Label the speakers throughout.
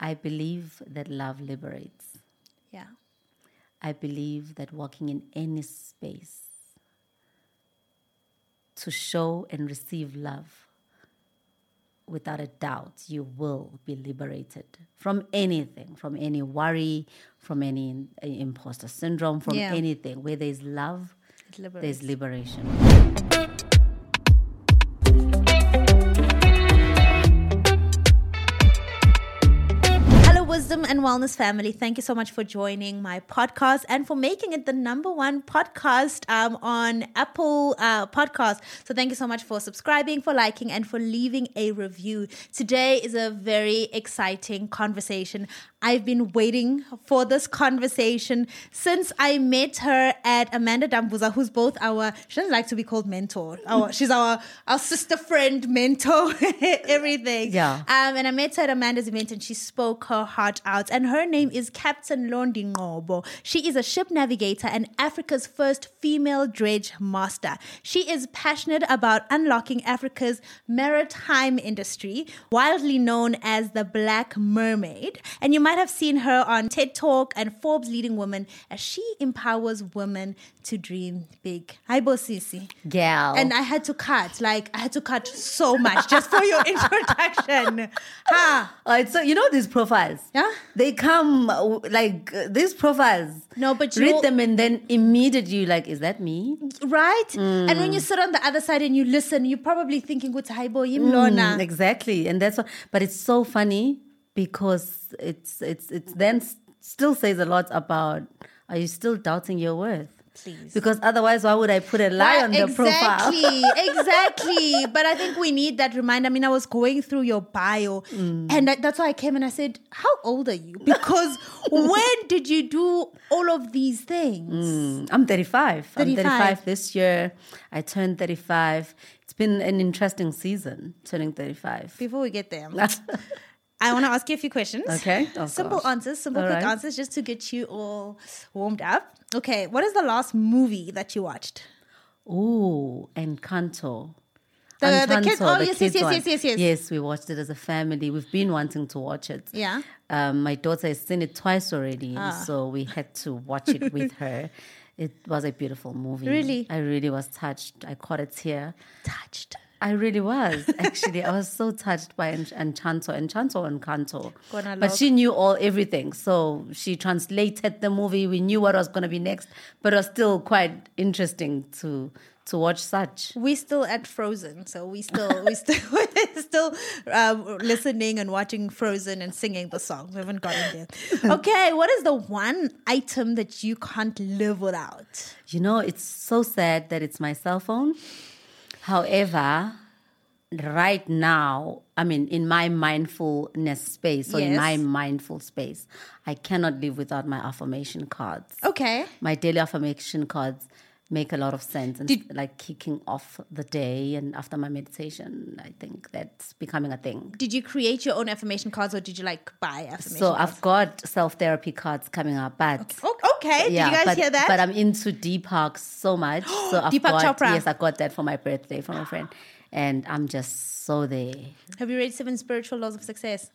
Speaker 1: I believe that love liberates.
Speaker 2: Yeah.
Speaker 1: I believe that walking in any space to show and receive love, without a doubt, you will be liberated from anything, from any worry, from any in- imposter syndrome, from
Speaker 2: Yeah.
Speaker 1: anything. Where there's love,
Speaker 2: It liberates.
Speaker 1: there's liberation.
Speaker 2: Hello, Wisdom and Wellness family. Thank you so much for joining my podcast and for making it the number one podcast um, on Apple uh, Podcast. So, thank you so much for subscribing, for liking, and for leaving a review. Today is a very exciting conversation. I've been waiting for this conversation since I met her at Amanda Dambuza, who's both our, she doesn't like to be called mentor. Our, she's our, our sister friend, mentor, everything.
Speaker 1: Yeah.
Speaker 2: Um, and I met her at Amanda's event and she spoke her heart out. And her name is Captain Londi Ngobo. She is a ship navigator and Africa's first female dredge master. She is passionate about unlocking Africa's maritime industry, wildly known as the Black Mermaid. And you might have seen her on TED Talk and Forbes Leading Women as she empowers women to dream big. Hi, Bosisi.
Speaker 1: Gal.
Speaker 2: And I had to cut, like I had to cut so much just for your introduction. ha.
Speaker 1: All right, so you know these profiles?
Speaker 2: Yeah.
Speaker 1: They come uh, w- like uh, these profiles.
Speaker 2: No, but you
Speaker 1: read them and then immediately you're like, is that me?
Speaker 2: right? And when you
Speaker 1: Mm.
Speaker 2: sit on the other side and you listen, you're probably thinking, "What's haibo yimlona?"
Speaker 1: Mm, exactly, and that's what. But it's so funny because it's it's it's then s- still says a lot about. Are you still doubting your worth?
Speaker 2: Please.
Speaker 1: Because otherwise, why would I put a lie
Speaker 2: Right,
Speaker 1: on the profile?
Speaker 2: exactly, exactly. But I think we need that reminder. I mean, I was going through your bio,
Speaker 1: Mm.
Speaker 2: and that, that's why I came and I said, "How old are you?" Because when did you do all of these
Speaker 1: Mm,
Speaker 2: things?
Speaker 1: I'm 35. I'm
Speaker 2: 35.
Speaker 1: 35 this year. I turned 35. It's been an interesting season, turning 35.
Speaker 2: Before we get there, I want to ask you a few questions.
Speaker 1: Okay. Oh,
Speaker 2: simple
Speaker 1: gosh.
Speaker 2: answers, simple
Speaker 1: All
Speaker 2: quick
Speaker 1: right.
Speaker 2: answers, just to get you all warmed up. Okay, what is the last movie that you watched?
Speaker 1: Ooh, Encanto.
Speaker 2: The- the
Speaker 1: Encanto,
Speaker 2: kid- oh, yes, yes, yes,
Speaker 1: one.
Speaker 2: yes, yes, yes.
Speaker 1: Yes, we watched it as a family. We've been wanting to watch it.
Speaker 2: Yeah.
Speaker 1: Um, my daughter has seen it twice already,
Speaker 2: Ah.
Speaker 1: so we had to watch it with her. It was a beautiful movie.
Speaker 2: Really?
Speaker 1: I really was touched. I caught a tear.
Speaker 2: Touched.
Speaker 1: I really was actually. I was so touched by En- Enchanto, Enchanto, Encanto.
Speaker 2: Gonna
Speaker 1: But
Speaker 2: love-
Speaker 1: she knew all everything, so she translated the movie. We knew what was going to be next, but it was still quite interesting to to watch such.
Speaker 2: We're still at Frozen, so we still we still we're still um, listening and watching Frozen and singing the songs. We haven't gotten there. Okay, what is the one item that you can't live without?
Speaker 1: You know, it's so sad that it's my cell phone. However, right now, I mean, in my mindfulness space or in
Speaker 2: Yes.
Speaker 1: my mindful space, I cannot live without my affirmation cards.
Speaker 2: Okay,
Speaker 1: my daily affirmation cards make a lot of sense and like kicking off the day and after my meditation i think that's becoming a thing
Speaker 2: did you create your own affirmation cards or did you like buy affirmation?
Speaker 1: so
Speaker 2: cards?
Speaker 1: i've got self-therapy cards coming up but
Speaker 2: Oh, okay, did you guys
Speaker 1: but,
Speaker 2: hear that?
Speaker 1: but um, I'm into Deepak so much. So I've
Speaker 2: Deepak
Speaker 1: got,
Speaker 2: Chopra.
Speaker 1: Yes, I got that for my birthday from a friend, and I'm just so there.
Speaker 2: Have you read Seven Spiritual Laws of Success?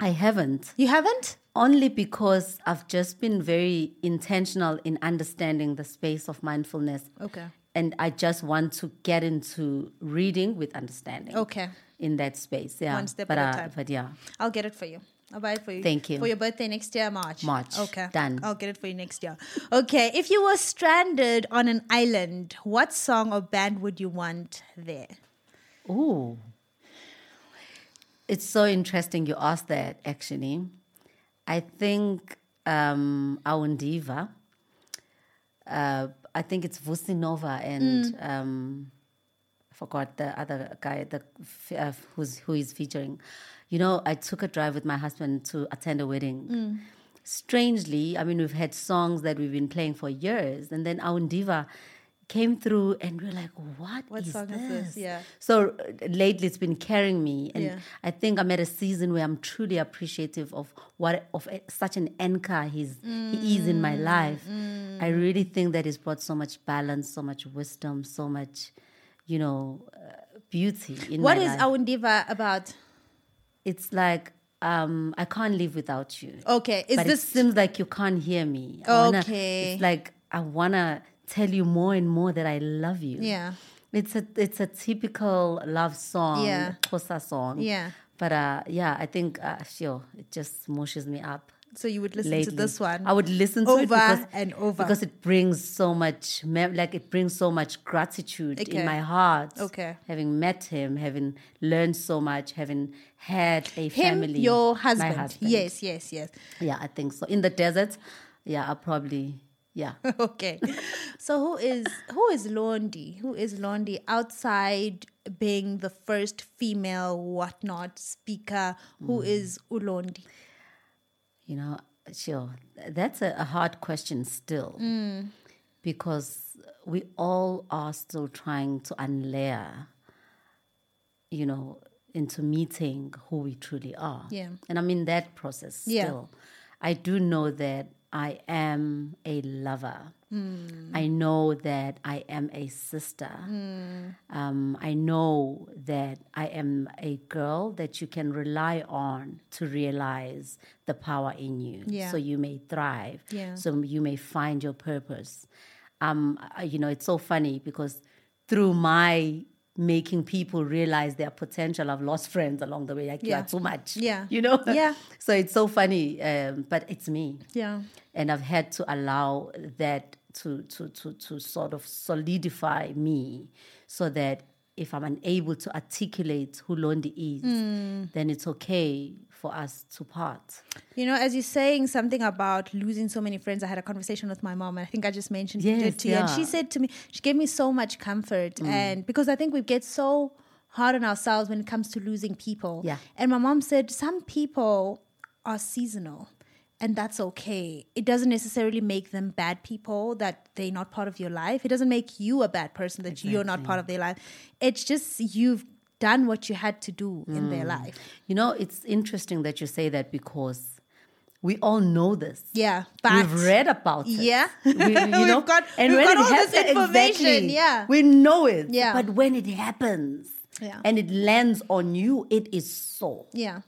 Speaker 1: I haven't
Speaker 2: You haven't?
Speaker 1: only because I've just been very intentional in understanding the space of mindfulness
Speaker 2: Okay.
Speaker 1: and I just want to get into reading with understanding.
Speaker 2: Okay.
Speaker 1: In that space, yeah.
Speaker 2: One step
Speaker 1: but,
Speaker 2: at a
Speaker 1: uh,
Speaker 2: time.
Speaker 1: But yeah,
Speaker 2: I'll get it for you. I'll buy it for you.
Speaker 1: Thank you.
Speaker 2: For your birthday next year, March.
Speaker 1: March.
Speaker 2: Okay.
Speaker 1: Done.
Speaker 2: I'll get it for you next year. Okay. If you were stranded on an island, what song or band would you want there?
Speaker 1: ooh, it's so interesting you asked that. Actually, I think um, Aundiva. Uh, I think it's Vusinova and um, I forgot the other guy the, f- uh, who's who is featuring. You know, I took a drive with my husband to attend a wedding. strangely, I mean, we've had songs that we've been playing for years, and then our diva came through, and we are like, "What?
Speaker 2: What
Speaker 1: is
Speaker 2: song
Speaker 1: this?
Speaker 2: is this? Yeah.
Speaker 1: So uh, lately, it's been carrying me, and
Speaker 2: Yeah.
Speaker 1: I think I'm at a season where I'm truly appreciative of what of a- such an anchor he's he is in my life.
Speaker 2: Mm,
Speaker 1: I really think that he's brought so much balance, so much wisdom, so much, you know, uh, beauty in
Speaker 2: What
Speaker 1: my
Speaker 2: is
Speaker 1: life.
Speaker 2: Aundiva about?
Speaker 1: it's like. um, I can't live without you.
Speaker 2: Okay. Is
Speaker 1: but
Speaker 2: this
Speaker 1: it seems like you can't hear me. I wanna-
Speaker 2: Okay.
Speaker 1: it's like I wanna tell you more and more that I love you.
Speaker 2: Yeah.
Speaker 1: It's a it's a typical love song,
Speaker 2: Yeah.
Speaker 1: Xhosa song.
Speaker 2: Yeah.
Speaker 1: But uh, yeah, I think uh, sure, it just mushes me up.
Speaker 2: so you would listen
Speaker 1: Lately.
Speaker 2: to this one?
Speaker 1: I would listen to it
Speaker 2: Over
Speaker 1: because,
Speaker 2: and over.
Speaker 1: because it brings so much mem- like it brings so much gratitude
Speaker 2: Okay.
Speaker 1: in my heart.
Speaker 2: Okay.
Speaker 1: having met him, having learned so much, having had a
Speaker 2: him,
Speaker 1: family,
Speaker 2: your
Speaker 1: my
Speaker 2: husband.
Speaker 1: husband.
Speaker 2: Yes, yes, yes.
Speaker 1: yeah, I think so. In the desert, yeah, I probably yeah.
Speaker 2: okay. So who is who is Londi? Who is Londi outside being the first female whatnot speaker? Who is Ulondi?
Speaker 1: You know, sure. That's a, a hard question still.
Speaker 2: Mm.
Speaker 1: Because we all are still trying to unlayer, you know, into meeting who we truly are.
Speaker 2: Yeah.
Speaker 1: And I'm in that process
Speaker 2: Yeah.
Speaker 1: still. I do know that I am a lover.
Speaker 2: Mm.
Speaker 1: I know that I am a sister. Um, I know that I am a girl that you can rely on to realize the power in you.
Speaker 2: Yeah.
Speaker 1: So you may thrive.
Speaker 2: Yeah.
Speaker 1: So you may find your purpose. Um, I- you know, it's so funny because through my making people realize their potential, I've lost friends along the way. Like, you
Speaker 2: Yeah.
Speaker 1: are too much.
Speaker 2: Yeah.
Speaker 1: You know?
Speaker 2: Yeah.
Speaker 1: so it's so funny, um, but it's me
Speaker 2: Yeah.
Speaker 1: and I've had to allow that to to to to sort of solidify me, so that if I'm unable to articulate who Londi is,
Speaker 2: Hmm.
Speaker 1: then it's okay for us to part.
Speaker 2: You know, as you're saying something about losing so many friends, I had a conversation with my mom, and I think I just mentioned
Speaker 1: Yes,
Speaker 2: it to you. And she
Speaker 1: yeah. Mm.
Speaker 2: said to me, she gave me so much comfort, and because I think we get so hard on ourselves when it comes to losing people.
Speaker 1: Yeah.
Speaker 2: And my mom said some people are seasonal. And that's okay. It doesn't necessarily make them bad people that they're not part of your life. It doesn't make you a bad person that you're not part of their life. It's just you've done what you had to do in their
Speaker 1: Mm.
Speaker 2: life.
Speaker 1: You know, it's interesting that you say that because we all know this.
Speaker 2: Yeah. But
Speaker 1: We've read about it.
Speaker 2: Yeah.
Speaker 1: we, you
Speaker 2: We've
Speaker 1: know?
Speaker 2: got-
Speaker 1: and
Speaker 2: we've
Speaker 1: when
Speaker 2: got
Speaker 1: it
Speaker 2: all this
Speaker 1: happens-
Speaker 2: information,
Speaker 1: exactly.
Speaker 2: yeah.
Speaker 1: we know it.
Speaker 2: Yeah.
Speaker 1: but when it happens,
Speaker 2: Yeah.
Speaker 1: and it lands on you, it is so.
Speaker 2: yeah.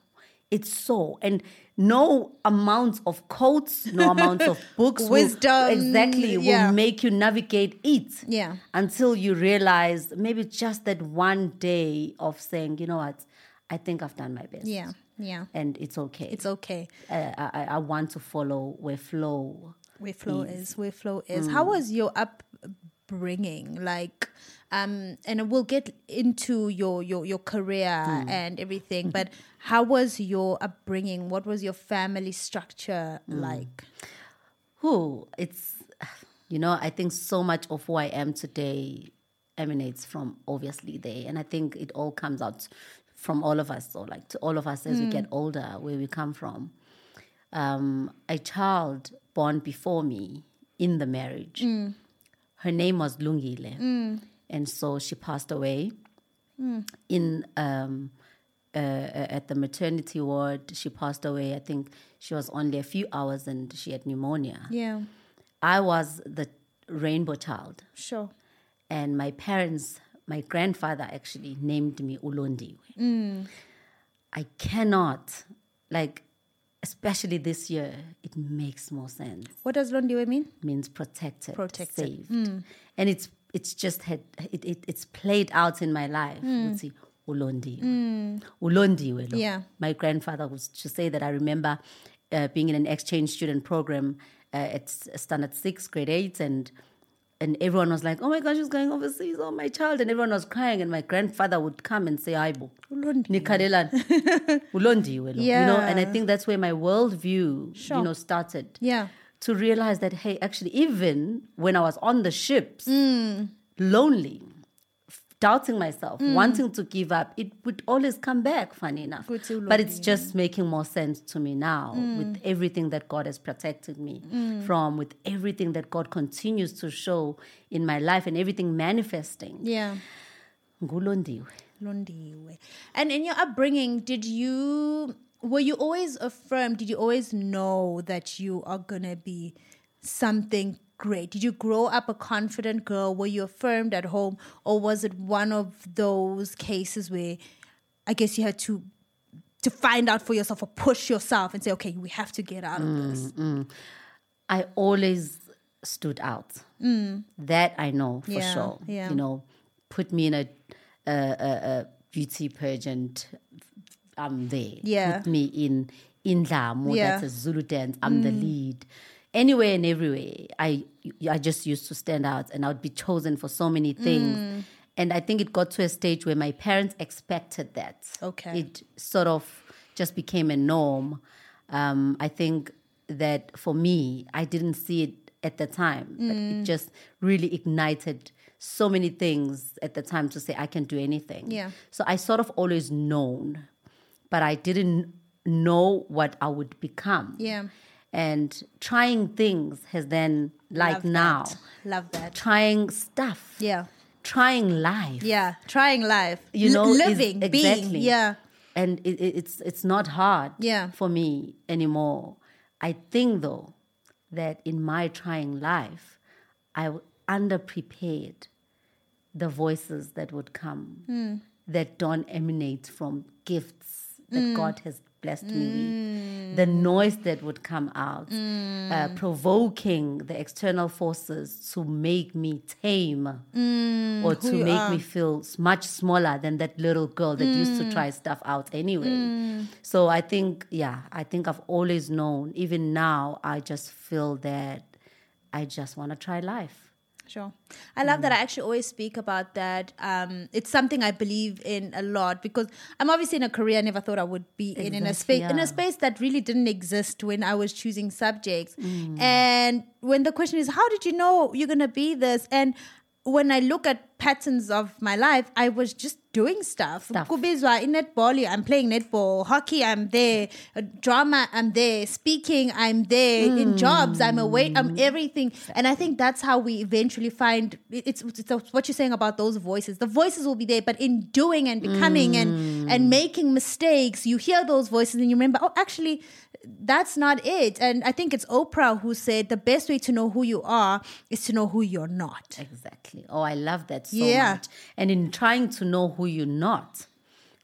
Speaker 1: It's so. And no amounts of quotes, no amounts of books, will-
Speaker 2: Wisdom,
Speaker 1: exactly
Speaker 2: yeah.
Speaker 1: will make you navigate it.
Speaker 2: Yeah.
Speaker 1: Until you realize maybe just that one day of saying, you know what, I think I've done my best.
Speaker 2: Yeah. Yeah.
Speaker 1: And it's okay.
Speaker 2: It's okay.
Speaker 1: uh, I, I- I want to follow where flow.
Speaker 2: where flow is where flow is how was your upbringing like um and we'll get into your your your career and everything but how was your upbringing what was your family structure like
Speaker 1: Who it's, you know, I think so much of who I am today emanates from obviously there, and I think it all comes out from all of us, or like to all of us as we get older, where we come from. Um, a child born before me in the marriage, her name was Lungile, and so she passed away in um, uh, at the maternity ward. She passed away. I think she was only a few hours, and she had pneumonia.
Speaker 2: yeah
Speaker 1: I was the rainbow child,
Speaker 2: sure
Speaker 1: and my parents, my grandfather actually named me Ulondiwe. I cannot, like, especially this year, it makes more sense.
Speaker 2: what does londiwe mean
Speaker 1: means protected,
Speaker 2: Protected. Hmm.
Speaker 1: saved, and it's it's just had it, it it's played out in my life. Let's see. Ulondiwe. Ulondiwe, lo.
Speaker 2: Hmm. Yeah.
Speaker 1: My grandfather was to say that I remember uh, being in an exchange student program uh, at s- standard six, grade eight, and and everyone was like, "Oh my gosh, she's going overseas! Oh my child!" And everyone was crying, and my grandfather would come and say, "Aibo,
Speaker 2: Ulondiwe.
Speaker 1: nikhalelani, ulondiwe," lo. you know. And I
Speaker 2: Yeah.
Speaker 1: think that's where my worldview,
Speaker 2: Sure.
Speaker 1: you know, started
Speaker 2: yeah
Speaker 1: to realize that hey actually even when i was on the ships lonely f- doubting myself
Speaker 2: Mm.
Speaker 1: wanting to give up it would always come back funny enough
Speaker 2: Good to Mm.
Speaker 1: but it's just making more sense to me now with everything that god has protected me from with everything that god continues to show in my life and everything manifesting
Speaker 2: yeah
Speaker 1: ngulondiwe
Speaker 2: londiwe and in your upbringing did you were you always affirmed did you always know that you are gonna be something great did you grow up a confident girl were you affirmed at home or was it one of those cases where i guess you had to to find out for yourself or push yourself and say, okay, we have to get out
Speaker 1: Mm.
Speaker 2: of this.
Speaker 1: I always stood out. That I know for
Speaker 2: Yeah,
Speaker 1: sure.
Speaker 2: yeah.
Speaker 1: You know, put me in a, a, a, a beauty pageant, I'm there.
Speaker 2: Yeah.
Speaker 1: Put me in Indlamu,
Speaker 2: Yeah. Mm.
Speaker 1: that's a Zulu dance, I'm the lead. Anywhere and everywhere, I I just used to stand out, and I would be chosen for so many things.
Speaker 2: Mm.
Speaker 1: And I think it got to a stage where my parents expected that.
Speaker 2: Okay.
Speaker 1: It sort of just became a norm. Um, I think that for me, I didn't see it at the time, but
Speaker 2: Mm.
Speaker 1: it just really ignited so many things at the time to say I can do anything.
Speaker 2: Yeah.
Speaker 1: So I sort of always known, but I didn't know what I would become.
Speaker 2: Yeah.
Speaker 1: And trying things has then like
Speaker 2: Love
Speaker 1: now
Speaker 2: that. Love that.
Speaker 1: trying stuff.
Speaker 2: Yeah.
Speaker 1: Trying life.
Speaker 2: Yeah. Trying life.
Speaker 1: You
Speaker 2: L-
Speaker 1: know, is-
Speaker 2: living,
Speaker 1: exactly.
Speaker 2: being. Yeah.
Speaker 1: and it, it, it's it's not hard
Speaker 2: Yeah.
Speaker 1: for me anymore. I think though that in my trying life, I w- underprepared the voices that would come that don't emanate from gifts that God has blessed me with, the noise that would come out, uh, provoking the external forces to make me tame or to
Speaker 2: Mm, you
Speaker 1: make
Speaker 2: are. Mm.
Speaker 1: me feel s- much smaller than that little girl that used to try stuff out anyway. So I think, yeah, I think I've always known, even now, I just feel that I just want to try life.
Speaker 2: Sure. I love that I actually always speak about that. Um, it's something I believe in a lot because I'm obviously in a career I never thought I would be in in a
Speaker 1: Exactly,
Speaker 2: space in
Speaker 1: yeah.
Speaker 2: a space that really didn't exist when I was choosing subjects.
Speaker 1: Mm.
Speaker 2: And when the question is, how did you know you're gonna be this? And when I look at patterns of my life, I was just doing stuff.
Speaker 1: Stuff.
Speaker 2: Kubizwa in netball, I'm playing netball. Hockey, I'm there. Uh, Drama, I'm there. Speaking, I'm there. In jobs, I'm away. I'm everything. And I think that's how we eventually find it- it's, it's what you're saying about those voices. The voices will be there, but in doing and becoming and and making mistakes, you hear those voices and you remember, oh, actually, that's not it. And I think it's Oprah who said the best way to know who you are is to know who you're not.
Speaker 1: Exactly. Oh, I love that so
Speaker 2: Yeah.
Speaker 1: much. And in trying to know who you're not,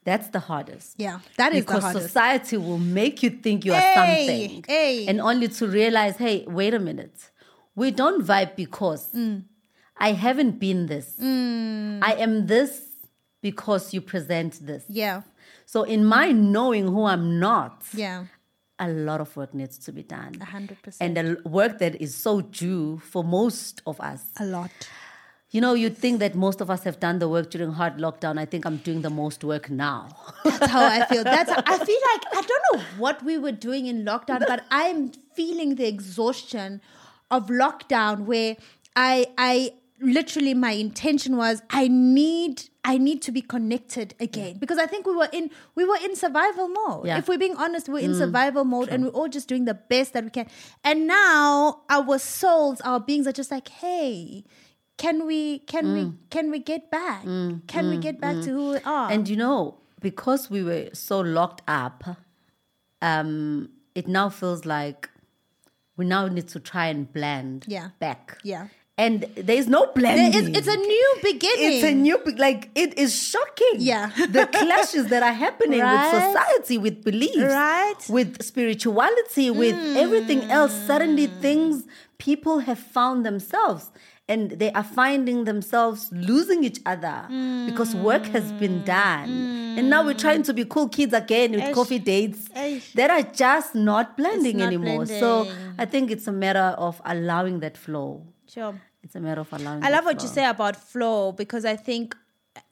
Speaker 1: that's the hardest.
Speaker 2: Yeah, that is
Speaker 1: because
Speaker 2: the hardest.
Speaker 1: society will make you think you are
Speaker 2: Hey,
Speaker 1: something
Speaker 2: hey.
Speaker 1: and only to realize hey wait a minute we don't vibe because
Speaker 2: Mm.
Speaker 1: i haven't been this i am this because you present this
Speaker 2: yeah,
Speaker 1: so in my knowing who i'm not
Speaker 2: yeah,
Speaker 1: a lot of work needs to be done
Speaker 2: a hundred
Speaker 1: and
Speaker 2: percent.
Speaker 1: the l- work that is so due for most of us
Speaker 2: A lot.
Speaker 1: you know you'd think that most of us have done the work during hard lockdown i think i'm doing the most work now
Speaker 2: That's how I feel. That's how, I feel like I don't know what we were doing in lockdown, but I'm feeling the exhaustion of lockdown where I I literally my intention was I need I need to be connected again because I think we were in we were in survival mode.
Speaker 1: Yeah. Mm.
Speaker 2: If we're being honest, we're in survival mode and we're all just doing the best that we can. And now our souls, our beings are just like, hey, can we can we
Speaker 1: Mm.
Speaker 2: can we get back? Can we get back to who we are?
Speaker 1: And you know, because we were so locked up, um, it now feels like we now need to try and blend
Speaker 2: Yeah.
Speaker 1: back.
Speaker 2: Yeah.
Speaker 1: And there's no blending.
Speaker 2: It is, it's a new beginning.
Speaker 1: It's a new, be- like, it is shocking.
Speaker 2: Yeah.
Speaker 1: the clashes that are happening with
Speaker 2: Right?
Speaker 1: society, with beliefs,
Speaker 2: Right? Mm.
Speaker 1: with spirituality, with everything else. Suddenly, things people have found themselves and they are finding themselves losing each other because work has been done. And now we're trying to be cool kids again with
Speaker 2: Mm. Eish.
Speaker 1: coffee dates
Speaker 2: Eish.
Speaker 1: that are just not blending
Speaker 2: not
Speaker 1: anymore. So
Speaker 2: blending.
Speaker 1: I think it's a matter of allowing that flow.
Speaker 2: Sure.
Speaker 1: It's a matter of allowing.
Speaker 2: I
Speaker 1: that
Speaker 2: love what you
Speaker 1: flow.
Speaker 2: say about flow because I think,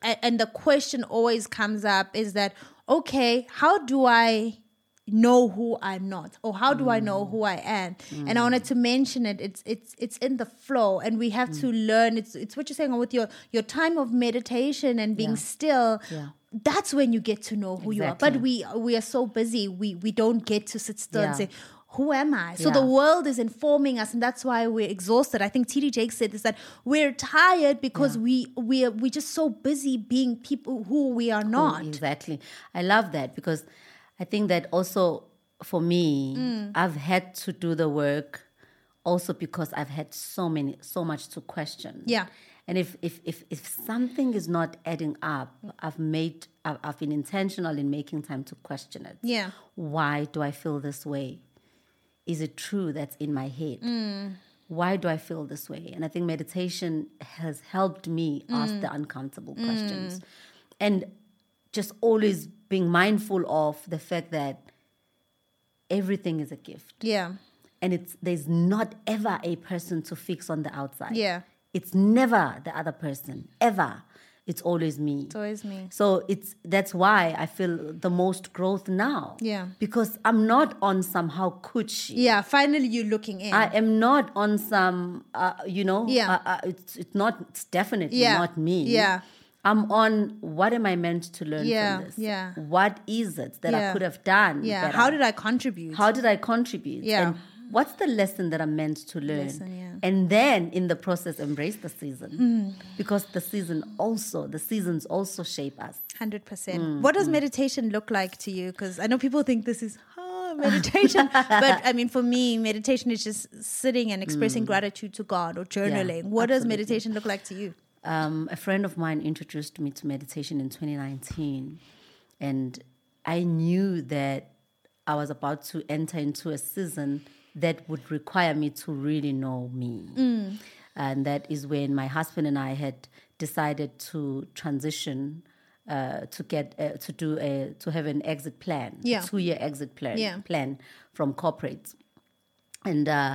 Speaker 2: a- and the question always comes up is that, okay, how do I know who I'm not, or how do I know
Speaker 1: Mm.
Speaker 2: who I am? And I wanted to mention it. It's it's it's in the flow, and we have to
Speaker 1: Mm.
Speaker 2: learn. It's it's what you're saying with your your time of meditation and being
Speaker 1: Yeah.
Speaker 2: still.
Speaker 1: Yeah.
Speaker 2: That's when you get to know who you are. But we we are so busy, we we don't get to sit still and
Speaker 1: Yeah.
Speaker 2: say, "Who am I?" So the
Speaker 1: Yeah.
Speaker 2: world is informing us, and that's why we're exhausted. I think TD Jake said this that we're tired because we we are we just so busy being people who we are not.
Speaker 1: Exactly. I love that because I think that also for me,
Speaker 2: Mm.
Speaker 1: I've had to do the work also because I've had so many, so much to question.
Speaker 2: Yeah.
Speaker 1: And if if if, if something is not adding up, I've made I've, I've been intentional in making time to question it.
Speaker 2: Yeah.
Speaker 1: Why do I feel this way? Is it true that's in my head? Why do I feel this way? And I think meditation has helped me ask the uncomfortable questions. And just always being mindful of the fact that everything is a gift
Speaker 2: Yeah.
Speaker 1: and it's there's not ever a person to fix on the outside.
Speaker 2: Yeah.
Speaker 1: It's never the other person ever. It's always me.
Speaker 2: It's always me.
Speaker 1: So it's that's why I feel the most growth now.
Speaker 2: Yeah.
Speaker 1: Because I'm not on some how could she.
Speaker 2: Yeah. Finally, you're looking in.
Speaker 1: I am not on some, uh, you know,
Speaker 2: Yeah.
Speaker 1: uh, uh, it's, it's not, it's definitely
Speaker 2: Yeah.
Speaker 1: not me.
Speaker 2: Yeah.
Speaker 1: I'm on what am I meant to learn
Speaker 2: Yeah,
Speaker 1: from this?
Speaker 2: yeah.
Speaker 1: What is it that
Speaker 2: Yeah.
Speaker 1: I could have done?
Speaker 2: yeah.
Speaker 1: better?
Speaker 2: How did I contribute?
Speaker 1: How did I contribute?
Speaker 2: Yeah.
Speaker 1: And what's the lesson that I'm meant to learn?
Speaker 2: Lesson, yeah.
Speaker 1: And then in the process, embrace the season.
Speaker 2: Mm.
Speaker 1: Because the season also, the seasons also shape us.
Speaker 2: Hundred percent.
Speaker 1: Mm,
Speaker 2: What does meditation look like to you? Because I know people think this is ah, meditation, but I mean, for me, meditation is just sitting and expressing gratitude to God or journaling. what does
Speaker 1: Mm. absolutely.
Speaker 2: meditation look like to you?
Speaker 1: Um, a friend of mine introduced me to meditation in 2019. And I knew that I was about to enter into a season that would require me to really know me.
Speaker 2: Mm.
Speaker 1: And that is when my husband and I had decided to transition. Uh, to get uh, to do a to have an exit plan,
Speaker 2: Yeah.
Speaker 1: two year exit plan
Speaker 2: Yeah.
Speaker 1: plan from corporates, and uh,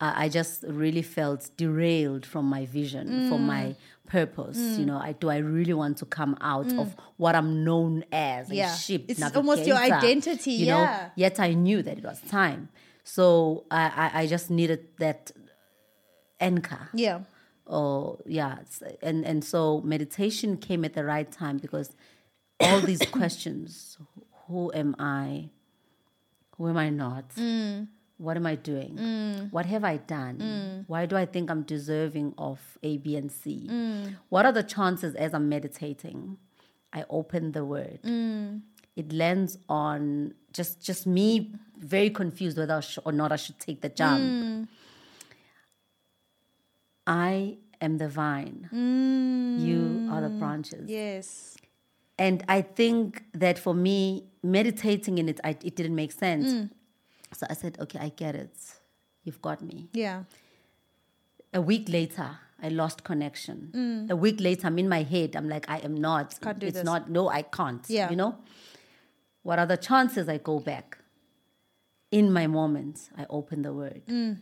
Speaker 1: I I just really felt derailed from my vision, from
Speaker 2: Mm.
Speaker 1: my purpose. You know, I, do I really want to come out of what I'm known as? a
Speaker 2: Mm. Yeah.
Speaker 1: ship
Speaker 2: It's almost your
Speaker 1: navigator,
Speaker 2: identity,
Speaker 1: You
Speaker 2: yeah.
Speaker 1: know, yet I knew that it was time. So I, I, I just needed that anchor.
Speaker 2: Yeah.
Speaker 1: Oh yeah, it's- and and so meditation came at the right time because all these questions: Who am I? Who am I not? What am I doing? What have I done? Why do I think I'm deserving of A, B, and C? What are the chances as I'm meditating? I open the word. It lands on just just me very confused whether I sh- or not I should take the jump. I am the vine. You are the branches.
Speaker 2: Yes.
Speaker 1: And I think that for me, meditating in it, I, it didn't make sense.
Speaker 2: Mm.
Speaker 1: So I said, okay, I get it. You've got me.
Speaker 2: Yeah.
Speaker 1: A week later, I lost connection. A week later, I'm in my head. I'm like, I am not.
Speaker 2: Mm. Can't do
Speaker 1: it's
Speaker 2: this.
Speaker 1: not. No, I can't.
Speaker 2: Yeah.
Speaker 1: You know? What are the chances I go back? In my moment, I open the word.
Speaker 2: Mm.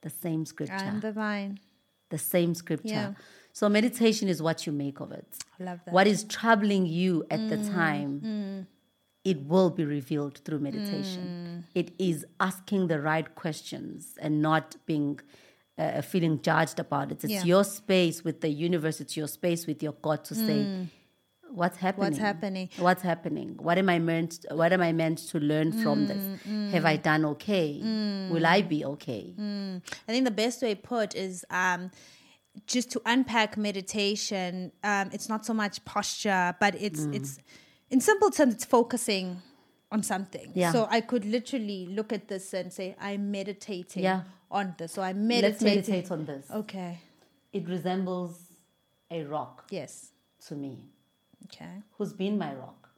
Speaker 1: The same scripture.
Speaker 2: I'm the vine.
Speaker 1: the same scripture.
Speaker 2: Yeah.
Speaker 1: So meditation is what you make of it.
Speaker 2: I love that. Mm,
Speaker 1: What is troubling you at the time, it will be revealed through
Speaker 2: Mm.
Speaker 1: meditation. It is asking the right questions and not being uh, feeling judged about it. It's
Speaker 2: Yeah.
Speaker 1: your space with the universe. It's your space with your God to say. What's happening?
Speaker 2: Mm. happening?
Speaker 1: What's happening? What am I meant? What am I meant to learn from
Speaker 2: Mm,
Speaker 1: this? Have I done okay? Will I be okay?
Speaker 2: Mm. I think the best way put is um, just to unpack meditation. Um, it's not so much posture, but it's
Speaker 1: Mm.
Speaker 2: it's in simple terms, it's focusing on something.
Speaker 1: Yeah.
Speaker 2: So I could literally look at this and say, I'm meditating
Speaker 1: Yeah.
Speaker 2: on this. So I'm
Speaker 1: Let's
Speaker 2: meditating.
Speaker 1: meditate on this.
Speaker 2: Okay.
Speaker 1: it resembles a rock
Speaker 2: Yes.
Speaker 1: to me.
Speaker 2: Okay.
Speaker 1: Who's been my rock?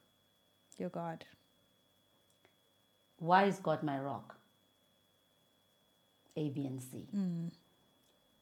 Speaker 2: Your God.
Speaker 1: Why is God my rock? A, B, and C.
Speaker 2: Hmm.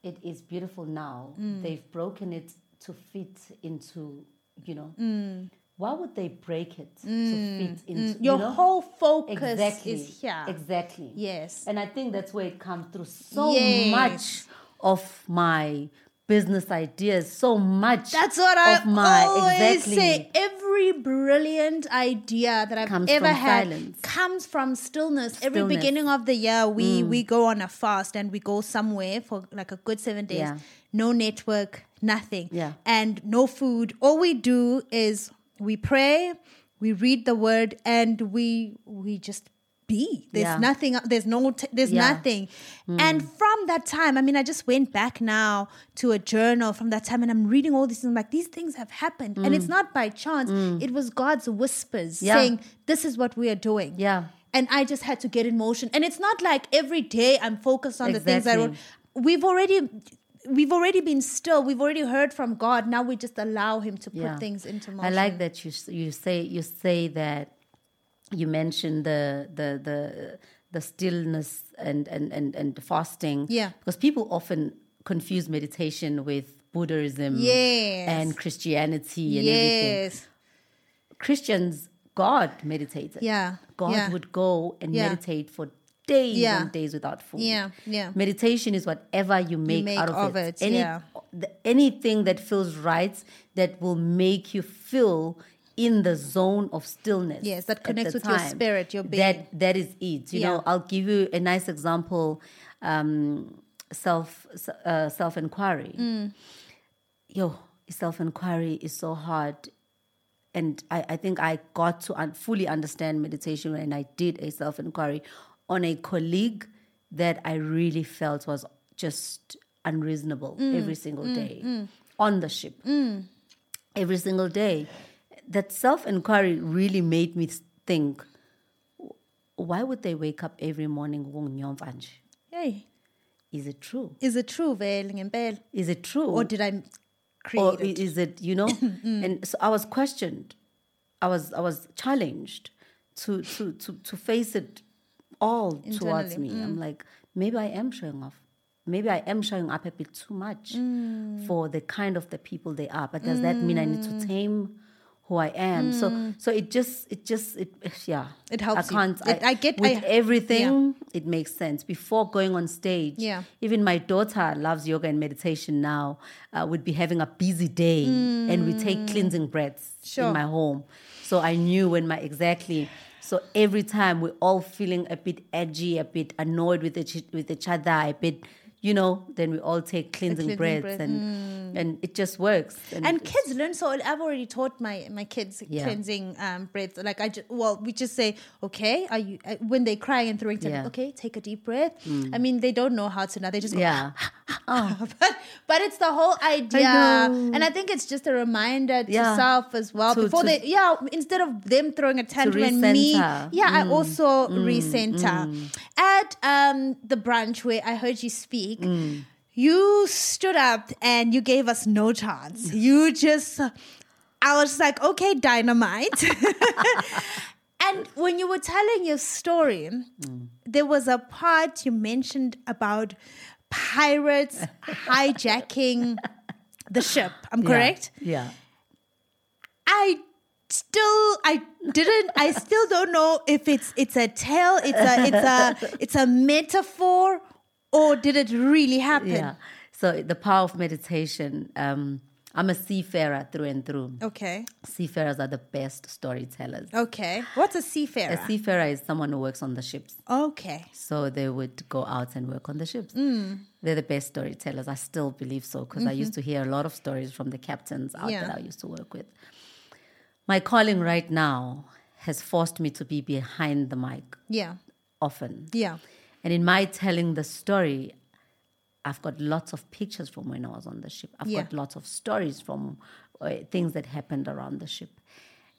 Speaker 1: It is beautiful now. They've broken it to fit into, you know. Why would they break it to fit into you
Speaker 2: Hmm. Your
Speaker 1: know?
Speaker 2: whole focus
Speaker 1: exactly,
Speaker 2: is here.
Speaker 1: Exactly.
Speaker 2: Yes.
Speaker 1: And I think that's where it comes through so
Speaker 2: Yes.
Speaker 1: much of my business ideas, so much
Speaker 2: That's what I
Speaker 1: of my
Speaker 2: always
Speaker 1: exactly.
Speaker 2: say. Every brilliant idea that I've
Speaker 1: Comes
Speaker 2: ever
Speaker 1: from
Speaker 2: had
Speaker 1: silence.
Speaker 2: comes from stillness. Every
Speaker 1: Stillness. Mm.
Speaker 2: beginning of the year, we we go on a fast and we go somewhere for like a good seven days.
Speaker 1: Yeah.
Speaker 2: No network, nothing,
Speaker 1: Yeah.
Speaker 2: and no food. All we do is we pray, we read the word, and we we just be. There's
Speaker 1: Yeah.
Speaker 2: nothing. There's no. T- there's
Speaker 1: Yeah. Hmm.
Speaker 2: nothing thing. And from that time, I mean, I just went back now to a journal from that time and I'm reading all these things. I'm like, these things have happened. And it's not by chance. It was God's whispers
Speaker 1: Hmm. Yeah.
Speaker 2: saying, this is what we are doing.
Speaker 1: Yeah.
Speaker 2: And I just had to get in motion. And it's not like every day I'm focused on the things I
Speaker 1: Exactly.
Speaker 2: wrote. We've already. we've already been still. We've already heard from God. Now we just allow Him to put
Speaker 1: Yeah.
Speaker 2: things into motion.
Speaker 1: I like that you s- you say you say that you mentioned the the the the stillness and and and, and fasting.
Speaker 2: Yeah.
Speaker 1: because people often confuse meditation with Buddhism
Speaker 2: Yes.
Speaker 1: and Christianity and everything.
Speaker 2: Yes.
Speaker 1: Christians, God meditated.
Speaker 2: Yeah.
Speaker 1: God
Speaker 2: yeah.
Speaker 1: would go and
Speaker 2: Yeah.
Speaker 1: meditate for days
Speaker 2: Yeah.
Speaker 1: and days without food.
Speaker 2: Yeah. Yeah.
Speaker 1: Meditation is whatever you make,
Speaker 2: make
Speaker 1: out of,
Speaker 2: of
Speaker 1: it.
Speaker 2: it, yeah.
Speaker 1: the, anything that feels right that will make you feel in the zone of stillness.
Speaker 2: Yes, that
Speaker 1: at
Speaker 2: connects
Speaker 1: the
Speaker 2: with your
Speaker 1: time.
Speaker 2: spirit, your being.
Speaker 1: That that is it. You know,
Speaker 2: Yeah.
Speaker 1: I'll give you a nice example. Um, self s- uh, self inquiry. Yo, self inquiry is so hard and I, I think I got to un- fully understand meditation when I did a self inquiry on a colleague that I really felt was just unreasonable every single day on the ship. Every single day. That self inquiry really made me think why would they wake up every morning? "Wong nyomva nje?"
Speaker 2: Hey,
Speaker 1: Is it true?
Speaker 2: is it true, Veiling and Bell?
Speaker 1: Is it true?
Speaker 2: Or did I create
Speaker 1: Mm. or
Speaker 2: it?
Speaker 1: is it you know
Speaker 2: Mm-hmm.
Speaker 1: and so i was questioned i was i was challenged to to to, to face it all towards me
Speaker 2: Internally, Mm.
Speaker 1: i'm like maybe i am showing off maybe i am showing up a bit too much
Speaker 2: Mm.
Speaker 1: for the kind of the people they are but does that mean i need to tame who i am so so it just it just it yeah
Speaker 2: Mm. It helps
Speaker 1: i
Speaker 2: you.
Speaker 1: can't
Speaker 2: It- I get-
Speaker 1: with
Speaker 2: I-
Speaker 1: everything it makes sense before going on stage
Speaker 2: Yeah.
Speaker 1: even my daughter loves yoga and meditation now. Uh, would be having a busy day, and we take cleansing breaths
Speaker 2: Mm. Sure.
Speaker 1: in my home. So I knew when my exactly. So every time we're all feeling a bit edgy, a bit annoyed with each with each other, a bit, you know. Then we all take cleansing,
Speaker 2: cleansing
Speaker 1: breaths,
Speaker 2: breath, Mm.
Speaker 1: and and it just works.
Speaker 2: and kids learn so i've already taught my my kids
Speaker 1: Yeah.
Speaker 2: cleansing um breath like i just well we just say okay are you uh, when they cry and throwing
Speaker 1: Yeah. Mm.
Speaker 2: okay take a deep breath i mean they don't know how to now they just go,
Speaker 1: yeah,
Speaker 2: but but it's the whole idea
Speaker 1: Oh. know.
Speaker 2: and i think it's just a reminder to
Speaker 1: Yeah.
Speaker 2: self as well
Speaker 1: To-
Speaker 2: before
Speaker 1: to-
Speaker 2: they yeah instead of them throwing a tantrum and me yeah
Speaker 1: recenter. Mm.
Speaker 2: i also recenter at um the brunch where i heard you speak
Speaker 1: Mm.
Speaker 2: you stood up and you gave us no chance
Speaker 1: Mm.
Speaker 2: you just i was like okay dynamite and when you were telling your story, there was a part you mentioned about pirates hijacking the ship. I'm
Speaker 1: Yeah.
Speaker 2: correct?
Speaker 1: Yeah,
Speaker 2: I still I didn't I still don't know if it's it's a tale, it's a it's a it's a metaphor or did it really happen?
Speaker 1: yeah. So the power of meditation. Um, I'm a seafarer through and through.
Speaker 2: Okay.
Speaker 1: Seafarers are the best storytellers.
Speaker 2: Okay. What's a seafarer?
Speaker 1: A seafarer is someone who works on the ships.
Speaker 2: okay.
Speaker 1: So they would go out and work on the ships. They're the best storytellers. I still believe so because I used to hear a lot of stories from the captains out
Speaker 2: Yeah.
Speaker 1: that I used to work with. My calling right now has forced me to be behind the mic
Speaker 2: Yeah.
Speaker 1: often.
Speaker 2: Yeah.
Speaker 1: And in my telling the story, I've got lots of pictures from when I was on the ship. I've
Speaker 2: Yeah.
Speaker 1: got lots of stories from uh, things that happened around the ship.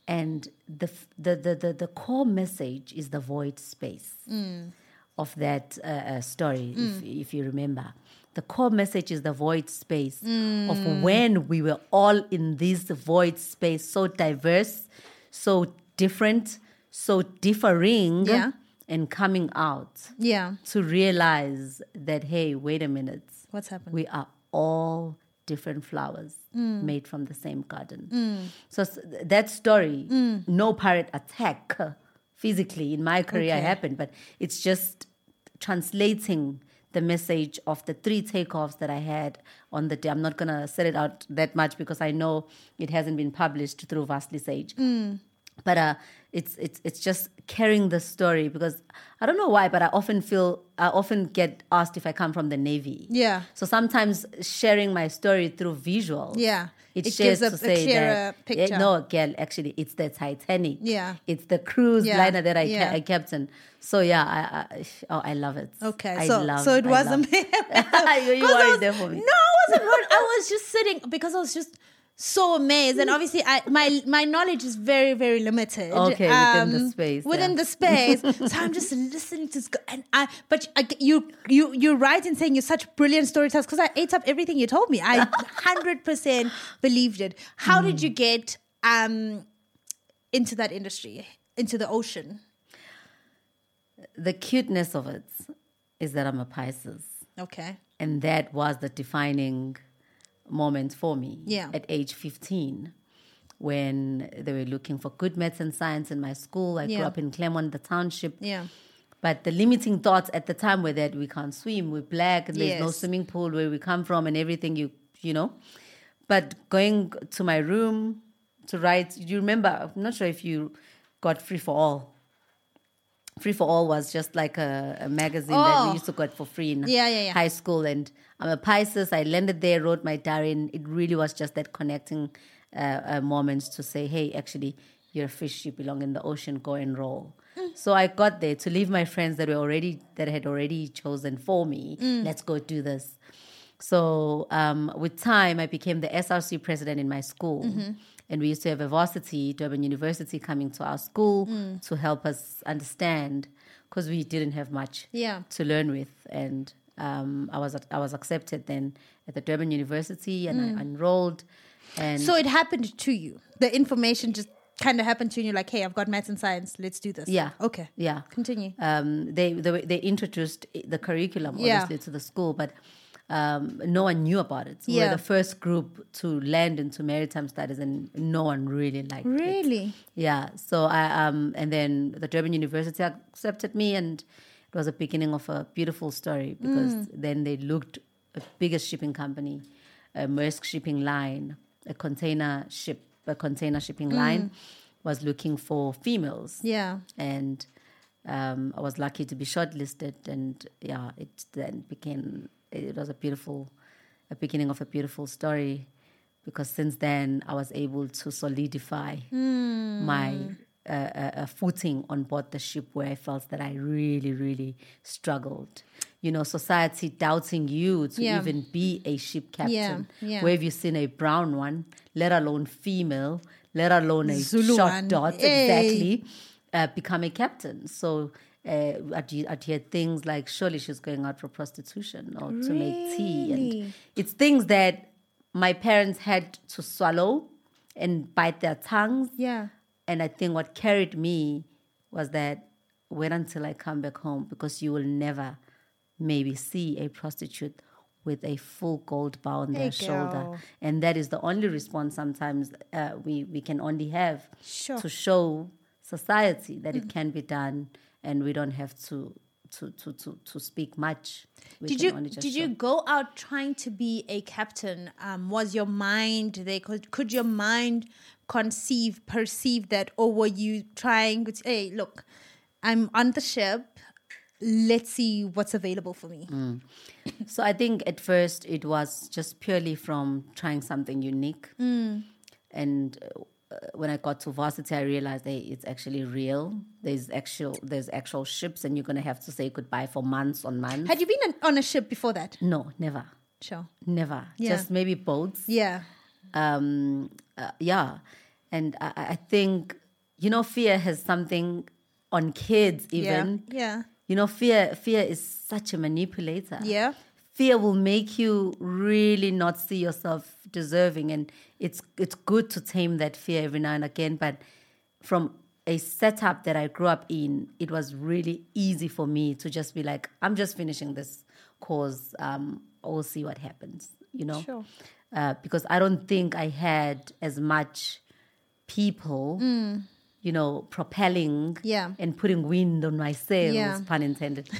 Speaker 1: And the, f- the, the, the, the core message is the void space
Speaker 2: Mm.
Speaker 1: of that uh, uh, story, if, if you remember. The core message is the void space
Speaker 2: Mm.
Speaker 1: of when we were all in this void space, so diverse, so different, so differing,
Speaker 2: Yeah.
Speaker 1: and coming out
Speaker 2: Yeah.
Speaker 1: to realize that, hey, wait a minute,
Speaker 2: What's happened?
Speaker 1: we are all different flowers made from the same garden. So s- that story, no pirate attack uh, physically in my career
Speaker 2: Okay.
Speaker 1: happened, but it's just translating the message of the three takeoffs that I had on the day. I'm not going to set it out that much because I know it hasn't been published through Vastly Sage but uh, it's it's it's just carrying the story because I don't know why, but I often feel I often get asked if I come from the navy.
Speaker 2: Yeah.
Speaker 1: So sometimes sharing my story through visuals.
Speaker 2: Yeah.
Speaker 1: It,
Speaker 2: It
Speaker 1: shares
Speaker 2: gives
Speaker 1: to
Speaker 2: a- a
Speaker 1: say that,
Speaker 2: clearer picture.
Speaker 1: Yeah, no, girl, actually, it's the Titanic.
Speaker 2: Yeah.
Speaker 1: It's the cruise
Speaker 2: Yeah,
Speaker 1: liner that I, ca-
Speaker 2: yeah.
Speaker 1: I captain. So yeah, I, I oh I love it.
Speaker 2: Okay,
Speaker 1: I
Speaker 2: so
Speaker 1: love-
Speaker 2: so it
Speaker 1: I
Speaker 2: was
Speaker 1: love-
Speaker 2: a
Speaker 1: you you
Speaker 2: 'Cause I
Speaker 1: are
Speaker 2: was-
Speaker 1: there for me.
Speaker 2: No, I wasn't worried. I was just sitting because I was just so amazed and obviously I my my knowledge is very very limited um,
Speaker 1: Okay, within the space,
Speaker 2: within
Speaker 1: yeah.
Speaker 2: the space so I'm just listening to this g- and I but I, you you you're right in saying you're such brilliant storytellers because I ate up everything you told me I 100% believed it how
Speaker 1: Hmm.
Speaker 2: did you get um into that industry into the ocean
Speaker 1: The cuteness of it is that I'm a Pisces.
Speaker 2: okay
Speaker 1: And that was the defining moment for me
Speaker 2: Yeah.
Speaker 1: at age 15 when they were looking for good maths and science in my school. I grew
Speaker 2: Yeah.
Speaker 1: up in Claremont, the township.
Speaker 2: yeah
Speaker 1: But the limiting thoughts at the time were that we can't swim, we're black, and there's no
Speaker 2: Yes.
Speaker 1: swimming pool where we come from, and everything you you know. But going to my room to write, you remember? I'm not sure if you got free for all. Free for all was just like a, a magazine that
Speaker 2: Oh.
Speaker 1: we used to get for free in
Speaker 2: Yeah, yeah, yeah.
Speaker 1: high school. And I'm a Pisces. I landed there, wrote my diary, and it really was just that connecting uh, uh, moments to say, hey, actually, you're a fish. You belong in the ocean. Go and roll.
Speaker 2: Mm.
Speaker 1: So I got there to leave my friends that were already that had already chosen for me.
Speaker 2: Mm.
Speaker 1: Let's go do this. So um, with time, I became the SRC president in my school.
Speaker 2: Mm-hmm.
Speaker 1: And we used to have a varsity, Durban University, coming to our school
Speaker 2: Mm.
Speaker 1: to help us understand because we didn't have much
Speaker 2: Yeah.
Speaker 1: to learn with. And um, I, was, I was accepted then at the Durban University and I enrolled. And
Speaker 2: Mm. so it happened to you the information just kind of happened to you and you're like hey I've got maths and science let's do this
Speaker 1: yeah.
Speaker 2: okay
Speaker 1: Yeah.
Speaker 2: continue
Speaker 1: um, they, they were- they introduced the curriculum
Speaker 2: Yeah.
Speaker 1: obviously to the school, but um, no one knew about it. We
Speaker 2: Yeah.
Speaker 1: were the first group to land into maritime studies, and no one really liked it.
Speaker 2: Really?
Speaker 1: Yeah. So I um, and then the Durban University accepted me, and it was a beginning of a beautiful story because then they looked a bigger shipping company, a Maersk shipping line, a container ship, a container shipping line, was looking for females
Speaker 2: Yeah.
Speaker 1: and um, I was lucky to be shortlisted. And yeah, it then became it was a beautiful, a beginning of a beautiful story, because since then I was able to solidify
Speaker 2: Hmm.
Speaker 1: my. Uh, uh, uh, footing on board the ship where I felt that I really, really struggled. You know, society doubting you to
Speaker 2: Yeah.
Speaker 1: even be a ship captain.
Speaker 2: yeah.
Speaker 1: Where have you seen a brown one, let alone female, let alone a
Speaker 2: Zulu
Speaker 1: short
Speaker 2: one.
Speaker 1: dot?
Speaker 2: Hey.
Speaker 1: Exactly uh, become a captain. So uh, I'd, he- I'd hear things like, surely she's going out for prostitution or to make tea.
Speaker 2: Really?
Speaker 1: And it's things that my parents had to swallow and bite their tongues.
Speaker 2: Yeah.
Speaker 1: And I think what carried me was that wait until I come back home because you will never maybe see a prostitute with a full gold bar on their
Speaker 2: Hey, girl.
Speaker 1: shoulder. And that is the only response sometimes uh, we, we can only have
Speaker 2: Sure. Mm.
Speaker 1: to show society that it can be done and we don't have to to to to, to speak much. We
Speaker 2: Did
Speaker 1: can
Speaker 2: you
Speaker 1: only just
Speaker 2: did you
Speaker 1: show.
Speaker 2: go out trying to be a captain? Um, was your mind there? Could, could your mind conceive, perceive that, or were you trying? To, hey, look, I'm on the ship. Let's see what's available for me.
Speaker 1: Mm. So I think at first it was just purely from trying something unique.
Speaker 2: Hmm.
Speaker 1: And uh, when I got to varsity, I realized hey, it's actually real. There's actual there's actual ships, and you're gonna have to say goodbye for months on months.
Speaker 2: Had you been on, on a ship before that?
Speaker 1: No, never,
Speaker 2: Sure.
Speaker 1: never.
Speaker 2: Yeah.
Speaker 1: Just maybe boats.
Speaker 2: Yeah.
Speaker 1: um, uh, yeah, and I, I I think you know fear has something on kids even.
Speaker 2: Yeah.
Speaker 1: You know, fear fear is such a manipulator.
Speaker 2: Yeah.
Speaker 1: Fear will make you really not see yourself deserving and it's it's good to tame that fear every now and again, but from a setup that I grew up in, it was really easy for me to just be like, I'm just finishing this course, um, we'll see what happens, you know?
Speaker 2: Sure.
Speaker 1: Uh, because I don't think I had as much people you know, propelling
Speaker 2: Mm. Yeah.
Speaker 1: and putting wind on my sails,
Speaker 2: Yeah.
Speaker 1: pun intended,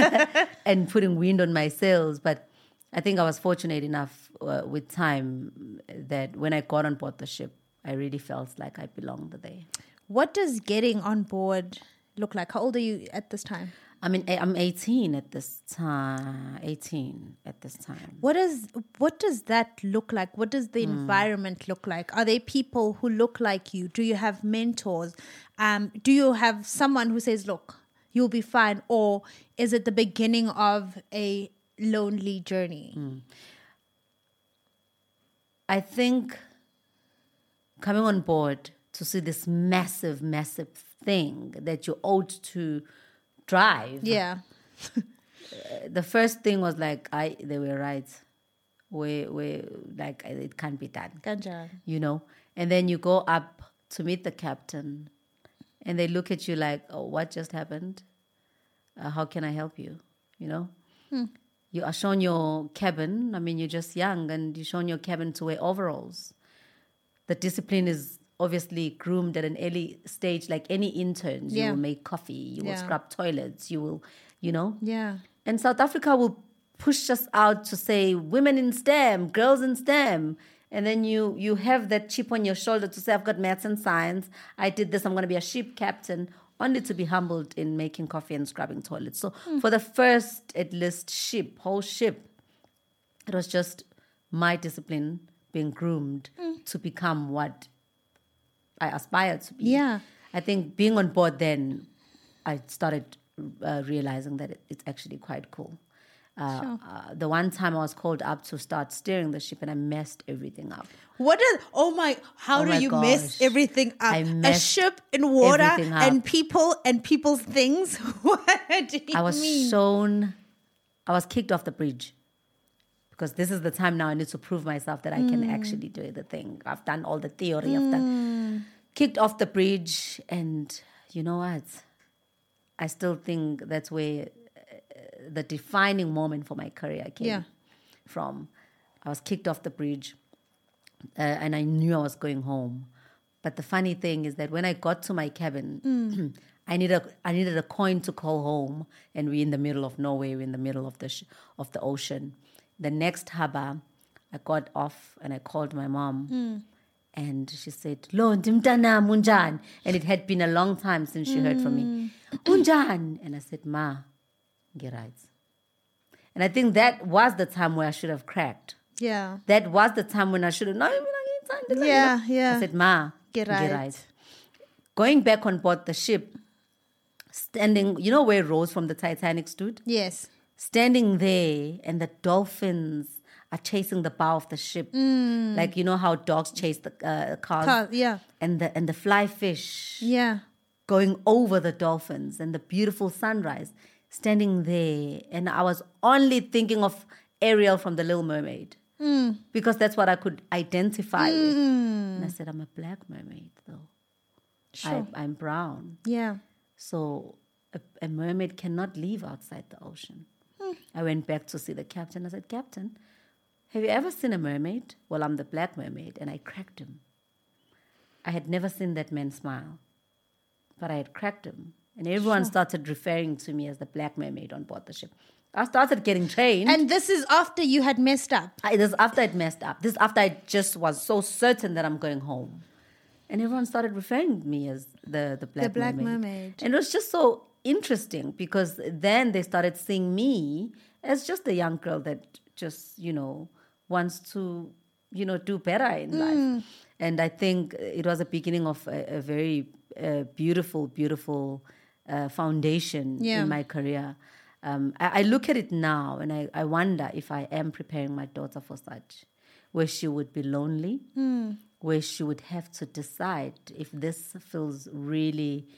Speaker 1: and putting wind on my sails. But I think I was fortunate enough uh, with time that when I got on board the ship, I really felt like I belonged there.
Speaker 2: What does getting on board look like? How old are you at this time?
Speaker 1: I mean, I- I'm 18 at this time. 18 at this time.
Speaker 2: What is what does that look like? What does
Speaker 1: Hmm.
Speaker 2: the environment look like? Are there people who look like you? Do you have mentors? Um, do you have someone who says, "Look, you'll be fine," or is it the beginning of a
Speaker 1: Hmm.
Speaker 2: lonely journey?
Speaker 1: I think coming on board to see this massive, massive thing that you ought to drive.
Speaker 2: Yeah.
Speaker 1: The first thing was like, I they were right. We we like it can't be done,
Speaker 2: Ganja.
Speaker 1: you know. And then you go up to meet the captain, and they look at you like, oh, what just happened? Uh, how can I help you? You know.
Speaker 2: Hmm.
Speaker 1: You are shown your cabin. I mean, you're just young, and you're shown your cabin to wear overalls the discipline is obviously groomed at an early stage like any interns
Speaker 2: Yeah.
Speaker 1: you will make coffee you will
Speaker 2: Yeah.
Speaker 1: scrub toilets you will you know
Speaker 2: Yeah.
Speaker 1: and south africa will push us out to say women in stem girls in stem and then you you have that chip on your shoulder to say i've got maths and science i did this i'm going to be a ship captain only to be humbled in making coffee and scrubbing toilets so for the first at least ship whole ship it was just my discipline being groomed
Speaker 2: Mm.
Speaker 1: to become what I aspired to be.
Speaker 2: Yeah.
Speaker 1: I think being on board then, I started uh, realizing that it, it's actually quite cool. Uh, uh, the one time I was called up to start steering the ship and I messed everything up.
Speaker 2: What is? Oh my! How
Speaker 1: Oh
Speaker 2: do
Speaker 1: my
Speaker 2: you mess
Speaker 1: gosh.
Speaker 2: everything up?
Speaker 1: I
Speaker 2: A
Speaker 1: messed
Speaker 2: ship in water
Speaker 1: everything up.
Speaker 2: and people and people's things. what do you
Speaker 1: I was
Speaker 2: mean?
Speaker 1: shown, I was kicked off the bridge because this is the time now I need to prove myself that I
Speaker 2: Mm.
Speaker 1: can actually do the thing. I've done all the theory, I've done. Kicked off the bridge, and you know what? I still think that's where uh, the defining moment for my career came
Speaker 2: Yeah.
Speaker 1: from. I was kicked off the bridge uh, and I knew I was going home. But the funny thing is that when I got to my cabin, I needed a, I needed a coin to call home, and we're in the middle of nowhere, we're in the middle of the sh- of the ocean. The next harbor, I got off and I called my mom, and she said, "Lo, ndimtana munjan," and it had been a long time since she heard from me.
Speaker 2: Mm.
Speaker 1: Munjan, and I said, "Ma, get right." And I think that was the time where I should have cracked
Speaker 2: Yeah.
Speaker 1: that was the time when I should have no, you know, you can't do that, you
Speaker 2: Yeah,
Speaker 1: know.
Speaker 2: yeah.
Speaker 1: I said, Ma,
Speaker 2: Get right.
Speaker 1: Going back on board the ship, standing, you know where Rose from the Titanic stood?
Speaker 2: Yes.
Speaker 1: Standing there, and the dolphins are chasing the bow of the ship,
Speaker 2: Mm.
Speaker 1: like you know how dogs chase the uh, cars,
Speaker 2: Car- yeah.
Speaker 1: and the and the fly fish
Speaker 2: Yeah.
Speaker 1: going over the dolphins and the beautiful sunrise, standing there. And I was only thinking of Ariel from The Little Mermaid because that's what I could identify with. And I said, I'm a black mermaid, though.
Speaker 2: Sure.
Speaker 1: I, I'm brown.
Speaker 2: yeah.
Speaker 1: So a, a mermaid cannot live outside the ocean. I went back to see the captain. I said, Captain, have you ever seen a mermaid? Well, I'm the black mermaid. And I cracked him. I had never seen that man smile, but I had cracked him. And everyone started referring to me as the black mermaid on board the ship. I started getting trained.
Speaker 2: And this is after you had messed up.
Speaker 1: I, this is after I'd messed up. This is after I just was so certain that I'm going home. And everyone started referring to me as the, the Black,
Speaker 2: Black
Speaker 1: mermaid.
Speaker 2: Mermaid.
Speaker 1: And it was just so interesting because then they started seeing me as just a young girl that just, you know, wants to, you know, do better in
Speaker 2: Hmm.
Speaker 1: life. And I think it was a beginning of a, a very uh, beautiful, beautiful uh, foundation
Speaker 2: Yeah.
Speaker 1: in my career. Um, I, I look at it now and I, I wonder if I am preparing my daughter for such, where she would be lonely, where she would have to decide if this feels really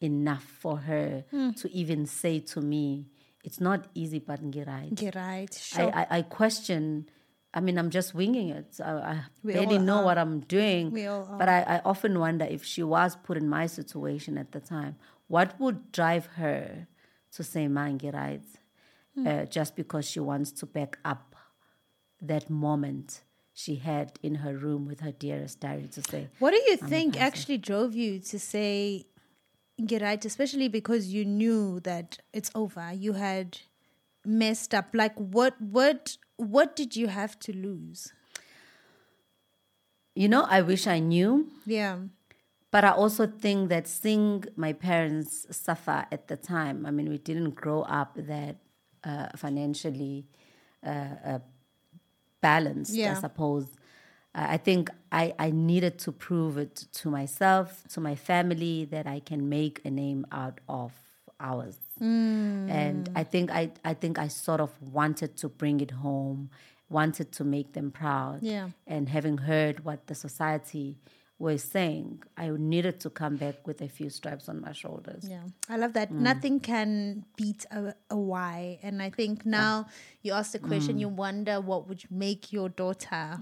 Speaker 1: enough for her to even say to me, it's not easy, but ngirai.
Speaker 2: Get right. Sure.
Speaker 1: I, I, I question. I mean, I'm just winging it. I, I
Speaker 2: We
Speaker 1: barely
Speaker 2: all
Speaker 1: know
Speaker 2: are.
Speaker 1: what I'm doing.
Speaker 2: We all
Speaker 1: But I, I often wonder if she was put in my situation at the time, what would drive her to say mangi right,
Speaker 2: Hmm.
Speaker 1: uh, just because she wants to back up that moment she had in her room with her dearest diary to say,
Speaker 2: what do you think actually drove you to say get right, especially because you knew that it's over. You had messed up. Like what what what did you have to lose?
Speaker 1: you know, I wish I knew.
Speaker 2: Yeah.
Speaker 1: But I also think that seeing my parents suffer at the time, I mean, we didn't grow up that uh, financially uh, uh, balanced, I
Speaker 2: Yeah.
Speaker 1: suppose. Uh, I think I, I needed to prove it to myself, to my family, that I can make a name out of ours.
Speaker 2: Mm.
Speaker 1: And I think I, I think I sort of wanted to bring it home, wanted to make them proud
Speaker 2: Yeah.
Speaker 1: and having heard what the society were saying, I needed to come back with a few stripes on my shoulders.
Speaker 2: Yeah, I love that.
Speaker 1: Mm.
Speaker 2: Nothing can beat a, a why. And I think now you ask the question,
Speaker 1: Mm.
Speaker 2: you wonder what would make your daughter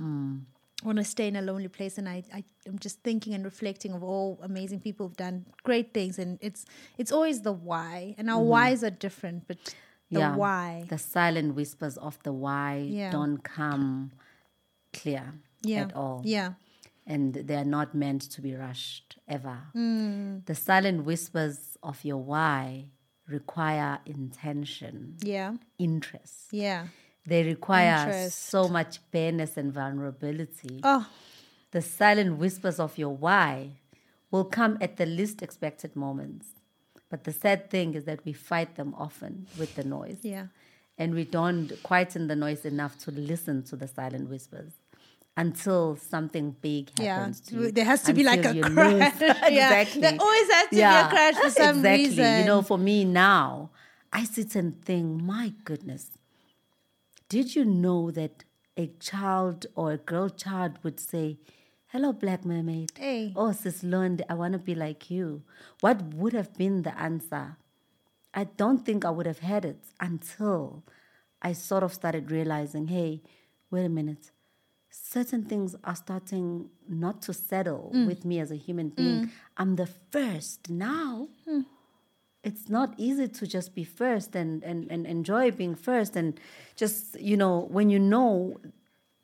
Speaker 2: want to stay in a lonely place. And I, I, I'm just thinking and reflecting of all amazing people who've done great things. And it's it's always the why. And our
Speaker 1: Mm-hmm.
Speaker 2: whys are different, but the why.
Speaker 1: The silent whispers of the why
Speaker 2: Yeah.
Speaker 1: don't come clear
Speaker 2: Yeah.
Speaker 1: at all.
Speaker 2: Yeah.
Speaker 1: And they are not meant to be rushed ever.
Speaker 2: Hmm.
Speaker 1: The silent whispers of your why require intention,
Speaker 2: Yeah.
Speaker 1: interest.
Speaker 2: Yeah.
Speaker 1: They require
Speaker 2: Interest.
Speaker 1: so much bareness and vulnerability.
Speaker 2: Oh,
Speaker 1: The silent whispers of your why will come at the least expected moments. But the sad thing is that we fight them often with the noise.
Speaker 2: yeah.
Speaker 1: And we don't quieten the noise enough to listen to the silent whispers until something big
Speaker 2: Yeah.
Speaker 1: happens to you.
Speaker 2: There has to be like
Speaker 1: until
Speaker 2: a
Speaker 1: you
Speaker 2: crash.
Speaker 1: lose-
Speaker 2: Yeah.
Speaker 1: exactly.
Speaker 2: There always has to be a crash for some
Speaker 1: exactly. You
Speaker 2: reason.
Speaker 1: know, for me now, I sit and think, my goodness, did you know that a child or a girl child would say, Hello, Black Mermaid.
Speaker 2: Hey.
Speaker 1: Oh, Sis Lund, I want to be like you. What would have been the answer? I don't think I would have had it until I sort of started realizing, hey, wait a minute. Certain things are starting not to settle with me as a human being. I'm the first now it's not easy to just be first and, and, and enjoy being first and just you know when you know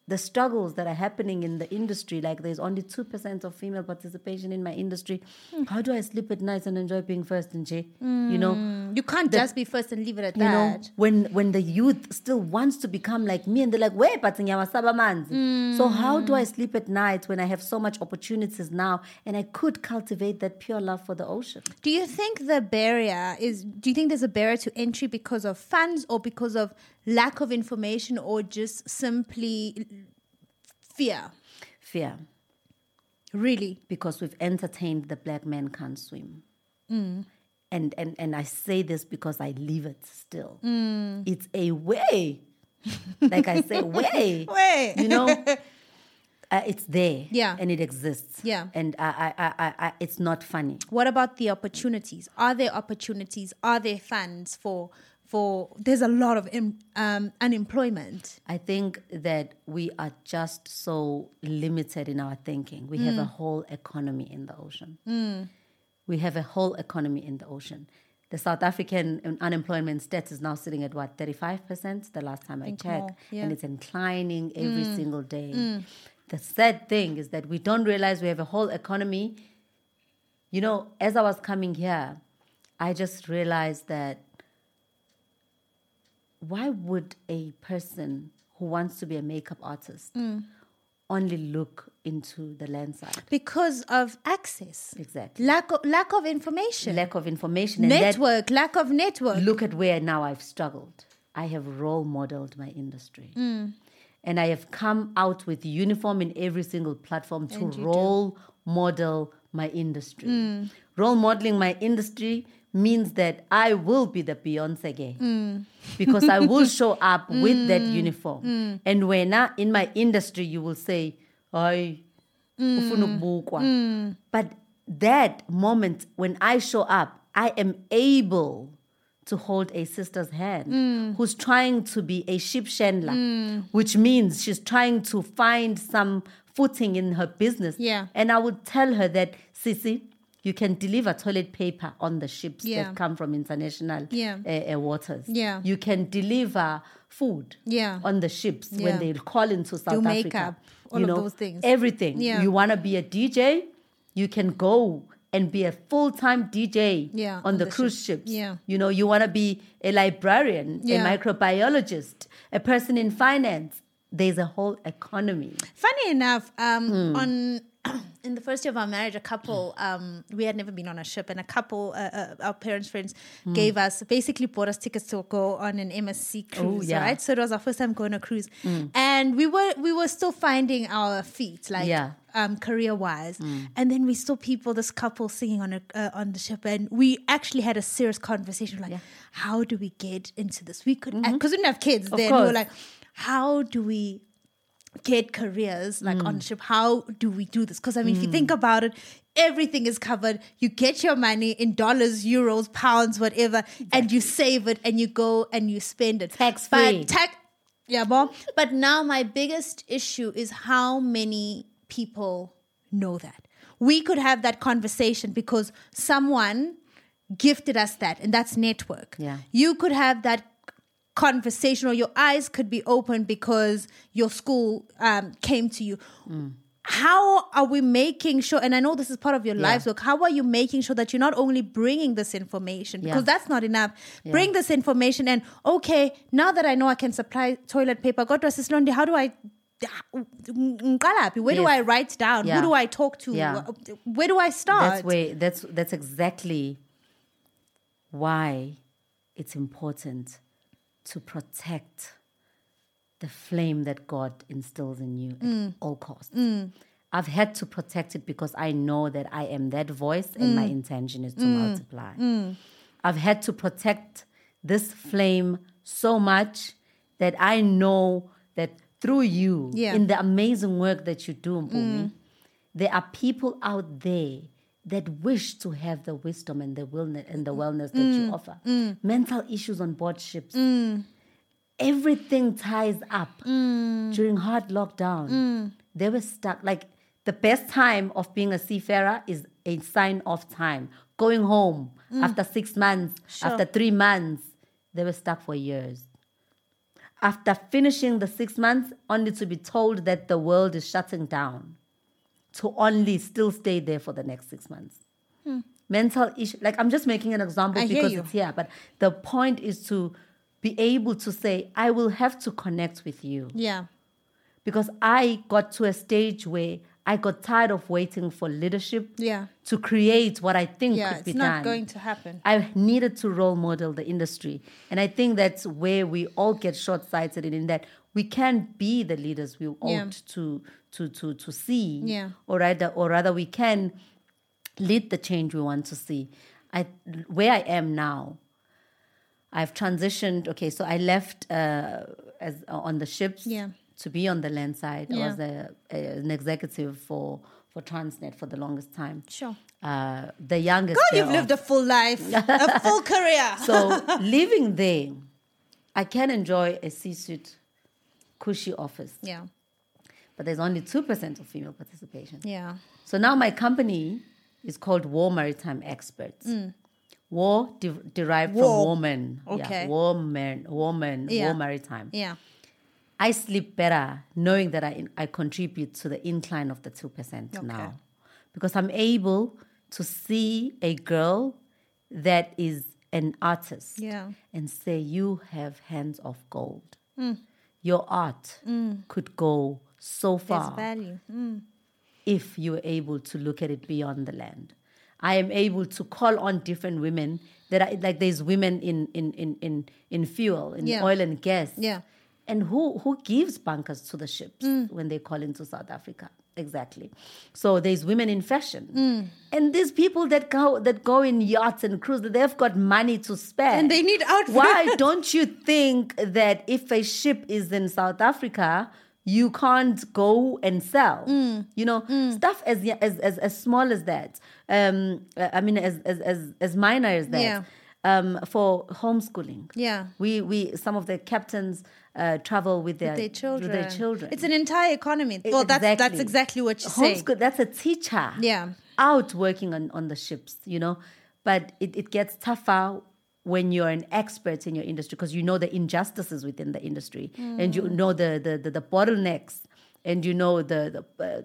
Speaker 1: the struggles that are happening in the industry like there's only 2% of female participation in my industry how do i sleep at night and enjoy being first and j you know
Speaker 2: You can't just be first and leave it at
Speaker 1: you know
Speaker 2: that.
Speaker 1: when when the youth still wants to become like me and they're like where but ngiyawasaba amanzi." so how do i sleep at night when i have so much opportunities now and i could cultivate that pure love for the ocean
Speaker 2: Do you think the barrier is? Do you think there's a barrier to entry because of funds or because of lack of information or just simply fear?
Speaker 1: fear
Speaker 2: Really?
Speaker 1: because we've entertained the black man can't swim.
Speaker 2: Mm.
Speaker 1: And, and and I say this because I live it still.
Speaker 2: Mm.
Speaker 1: It's a way, like I say, way,
Speaker 2: Way.
Speaker 1: You know, uh, it's there,
Speaker 2: Yeah.
Speaker 1: and it exists,
Speaker 2: Yeah.
Speaker 1: And I, I, I, I, I- it's not funny.
Speaker 2: What about the opportunities? Are there opportunities? Are there funds for for? There's a lot of em- um, unemployment.
Speaker 1: I think that we are just so limited in our thinking. We have a
Speaker 2: Mm.
Speaker 1: whole economy in the ocean. We have a whole economy in the ocean. The South African un- unemployment stat is now sitting at what, 35% the last time I, checked.
Speaker 2: more, yeah. Mm.
Speaker 1: And it's inclining every single day. The sad thing is that we don't realize we have a whole economy. You know, as I was coming here, I just realized that why would a person who wants to be a makeup artist
Speaker 2: Mm.
Speaker 1: only look into the lens side?
Speaker 2: because of access,
Speaker 1: Exactly.
Speaker 2: lack of, lack of information,
Speaker 1: Lack of information. And that,
Speaker 2: network, lack of network.
Speaker 1: look at where now I've struggled. I have role modeled my industry.
Speaker 2: Mm.
Speaker 1: And I have come out with uniform in every single platform to
Speaker 2: And you do. Mm.
Speaker 1: role model my industry. Role modeling my industry means that I will be the Beyonce
Speaker 2: Mm.
Speaker 1: gay because I will show up with that uniform.
Speaker 2: Mm.
Speaker 1: And when I, in my industry, you will say, I
Speaker 2: Mm.
Speaker 1: ufuna ukubukwa. But that moment when I show up, I am able to hold a sister's hand
Speaker 2: Mm.
Speaker 1: who's trying to be a ship chandler, which means she's trying to find some footing in her business.
Speaker 2: Yeah.
Speaker 1: And I would tell her that, Sissy, you can deliver toilet paper on the ships
Speaker 2: Yeah.
Speaker 1: that come from international
Speaker 2: Yeah.
Speaker 1: uh, uh, waters.
Speaker 2: Yeah.
Speaker 1: You can deliver food
Speaker 2: Yeah.
Speaker 1: on the ships
Speaker 2: Yeah.
Speaker 1: when they call into South Africa.
Speaker 2: makeup, all
Speaker 1: you
Speaker 2: of
Speaker 1: know,
Speaker 2: those things.
Speaker 1: Everything.
Speaker 2: Yeah.
Speaker 1: You want to be a DJ, you can go and be a full-time DJ
Speaker 2: Yeah,
Speaker 1: on,
Speaker 2: on
Speaker 1: the,
Speaker 2: the
Speaker 1: cruise
Speaker 2: ship.
Speaker 1: ships.
Speaker 2: Yeah.
Speaker 1: You know, you want to be a librarian,
Speaker 2: Yeah.
Speaker 1: a microbiologist, a person in finance. There's a whole economy.
Speaker 2: Funny enough, um,
Speaker 1: Hmm.
Speaker 2: on in the first year of our marriage, a couple um, we had never been on a ship, and a couple, uh, uh, our parents' friends,
Speaker 1: Hmm.
Speaker 2: gave us basically bought us tickets to go on an MSC cruise,
Speaker 1: Oh, yeah. Hmm.
Speaker 2: right? So it was our first time going on a cruise, and we were we were still finding our feet, like
Speaker 1: Yeah. Hmm.
Speaker 2: um, career wise. And then we saw people, this couple singing on a, uh, on the ship, and we actually had a serious conversation like, how
Speaker 1: Mm-hmm.
Speaker 2: uh, do we get into this? We could because we didn't have kids then. We were
Speaker 1: course.
Speaker 2: like, how do we kid careers like entrepreneurship how do we do this because i mean if you think about it everything is covered you get your money in dollars euros pounds whatever and you save it and you go and you spend it
Speaker 1: Tax free.
Speaker 2: but tax yeah mom but now my biggest issue is how many people know that we could have that conversation because someone gifted us that and that's network
Speaker 1: Yeah.
Speaker 2: you could have that conversation or your eyes could be open because your school um, came to you how are we making sure and i know this is part of your life's work how are you making sure that you're not only bringing this information because
Speaker 1: Yeah.
Speaker 2: that's not enough bring this information and okay now that i know i can supply toilet paper god bless Londi, how do i ngiqalaphi? where do
Speaker 1: Yes.
Speaker 2: i write down
Speaker 1: Yeah.
Speaker 2: who do i talk to
Speaker 1: Yeah.
Speaker 2: where do i start
Speaker 1: That's where that's that's exactly why it's important to protect the flame that God instills in you at all costs. I've had to protect it because I know that I am that voice and my intention is to multiply. I've had to protect this flame so much that I know that through you,
Speaker 2: Yeah.
Speaker 1: in the amazing work that you do, Mpumi, there are people out there that wish to have the wisdom and the wellness and the wellness that you offer. Mental issues on board ships. Everything ties up
Speaker 2: Mm.
Speaker 1: during hard lockdown. They were stuck. Like the best time of being a seafarer is a sign off time. Going home
Speaker 2: Mm.
Speaker 1: after six months, after three months, they were stuck for years. After finishing the six months, only to be told that the world is shutting down, to only still stay there for the next six months. Mental issue, like I'm just making an example
Speaker 2: Hmm. I hear
Speaker 1: because
Speaker 2: you.
Speaker 1: it's here, but the point is to be able to say, I will have to connect with you
Speaker 2: yeah
Speaker 1: because I got to a stage where I got tired of waiting for leadership
Speaker 2: Yeah.
Speaker 1: to create what I think
Speaker 2: yeah
Speaker 1: could be
Speaker 2: it's not
Speaker 1: done.
Speaker 2: going to happen
Speaker 1: I needed to role model the industry. And I think that's where we all get short sighted in that we can be the leaders we ought
Speaker 2: Yeah.
Speaker 1: to, to, to, to see.
Speaker 2: Yeah.
Speaker 1: Or rather, or rather, we can lead the change we want to see. I, where I am now, I've transitioned. Okay, so I left uh, as on the ships
Speaker 2: Yeah.
Speaker 1: to be on the land side. I
Speaker 2: Yeah.
Speaker 1: was a, a- an executive for for Transnet for the longest time.
Speaker 2: Sure.
Speaker 1: Uh, the youngest.
Speaker 2: Oh, you've
Speaker 1: thereof.
Speaker 2: lived a full life, a full career.
Speaker 1: So living there, I can enjoy a C-suite cushy office,
Speaker 2: yeah,
Speaker 1: but there's only two percent of female participation.
Speaker 2: yeah,
Speaker 1: So now my company is called War Maritime Experts. War de- derived
Speaker 2: Hmm. War.
Speaker 1: from woman.
Speaker 2: Okay.
Speaker 1: Yeah, woman, woman,
Speaker 2: Yeah.
Speaker 1: war maritime.
Speaker 2: yeah,
Speaker 1: I sleep better knowing that I, I contribute to the incline of the 2%
Speaker 2: Okay.
Speaker 1: now because I'm able to see a girl that is an artist
Speaker 2: Yeah.
Speaker 1: and say, You have hands of gold.
Speaker 2: Mm.
Speaker 1: Your art could go so
Speaker 2: there's
Speaker 1: far
Speaker 2: value.
Speaker 1: if you were able to look at it beyond the land. I am able to call on different women that are like there's women in in in in, in fuel, in
Speaker 2: Yeah.
Speaker 1: oil and gas.
Speaker 2: Yeah.
Speaker 1: And who who gives bunkers to the ships
Speaker 2: Hmm.
Speaker 1: when they call into South Africa? Exactly. So there's women in fashion.
Speaker 2: Hmm.
Speaker 1: And there's people that go that go in yachts and cruise, they've got money to spare.
Speaker 2: And they need outfits.
Speaker 1: Why don't you think that if a ship is in South Africa, you can't go and sell?
Speaker 2: Hmm.
Speaker 1: You know, stuff as, as as as small as that. Um, uh, I mean, as as as as minor as that.
Speaker 2: Yeah.
Speaker 1: Um, for homeschooling.
Speaker 2: Yeah.
Speaker 1: we we some of the captains uh, travel with their,
Speaker 2: Their children.
Speaker 1: with their children.
Speaker 2: It's an entire economy. Well, that's that's exactly what you're saying.
Speaker 1: Homeschool, that's a teacher.
Speaker 2: Yeah.
Speaker 1: Out working on, on the ships, you know. But it, it gets tougher when you're an expert in your industry because you know the injustices within the industry and
Speaker 2: Mm.
Speaker 1: you know the, the, the, the bottlenecks and you know the, the, uh,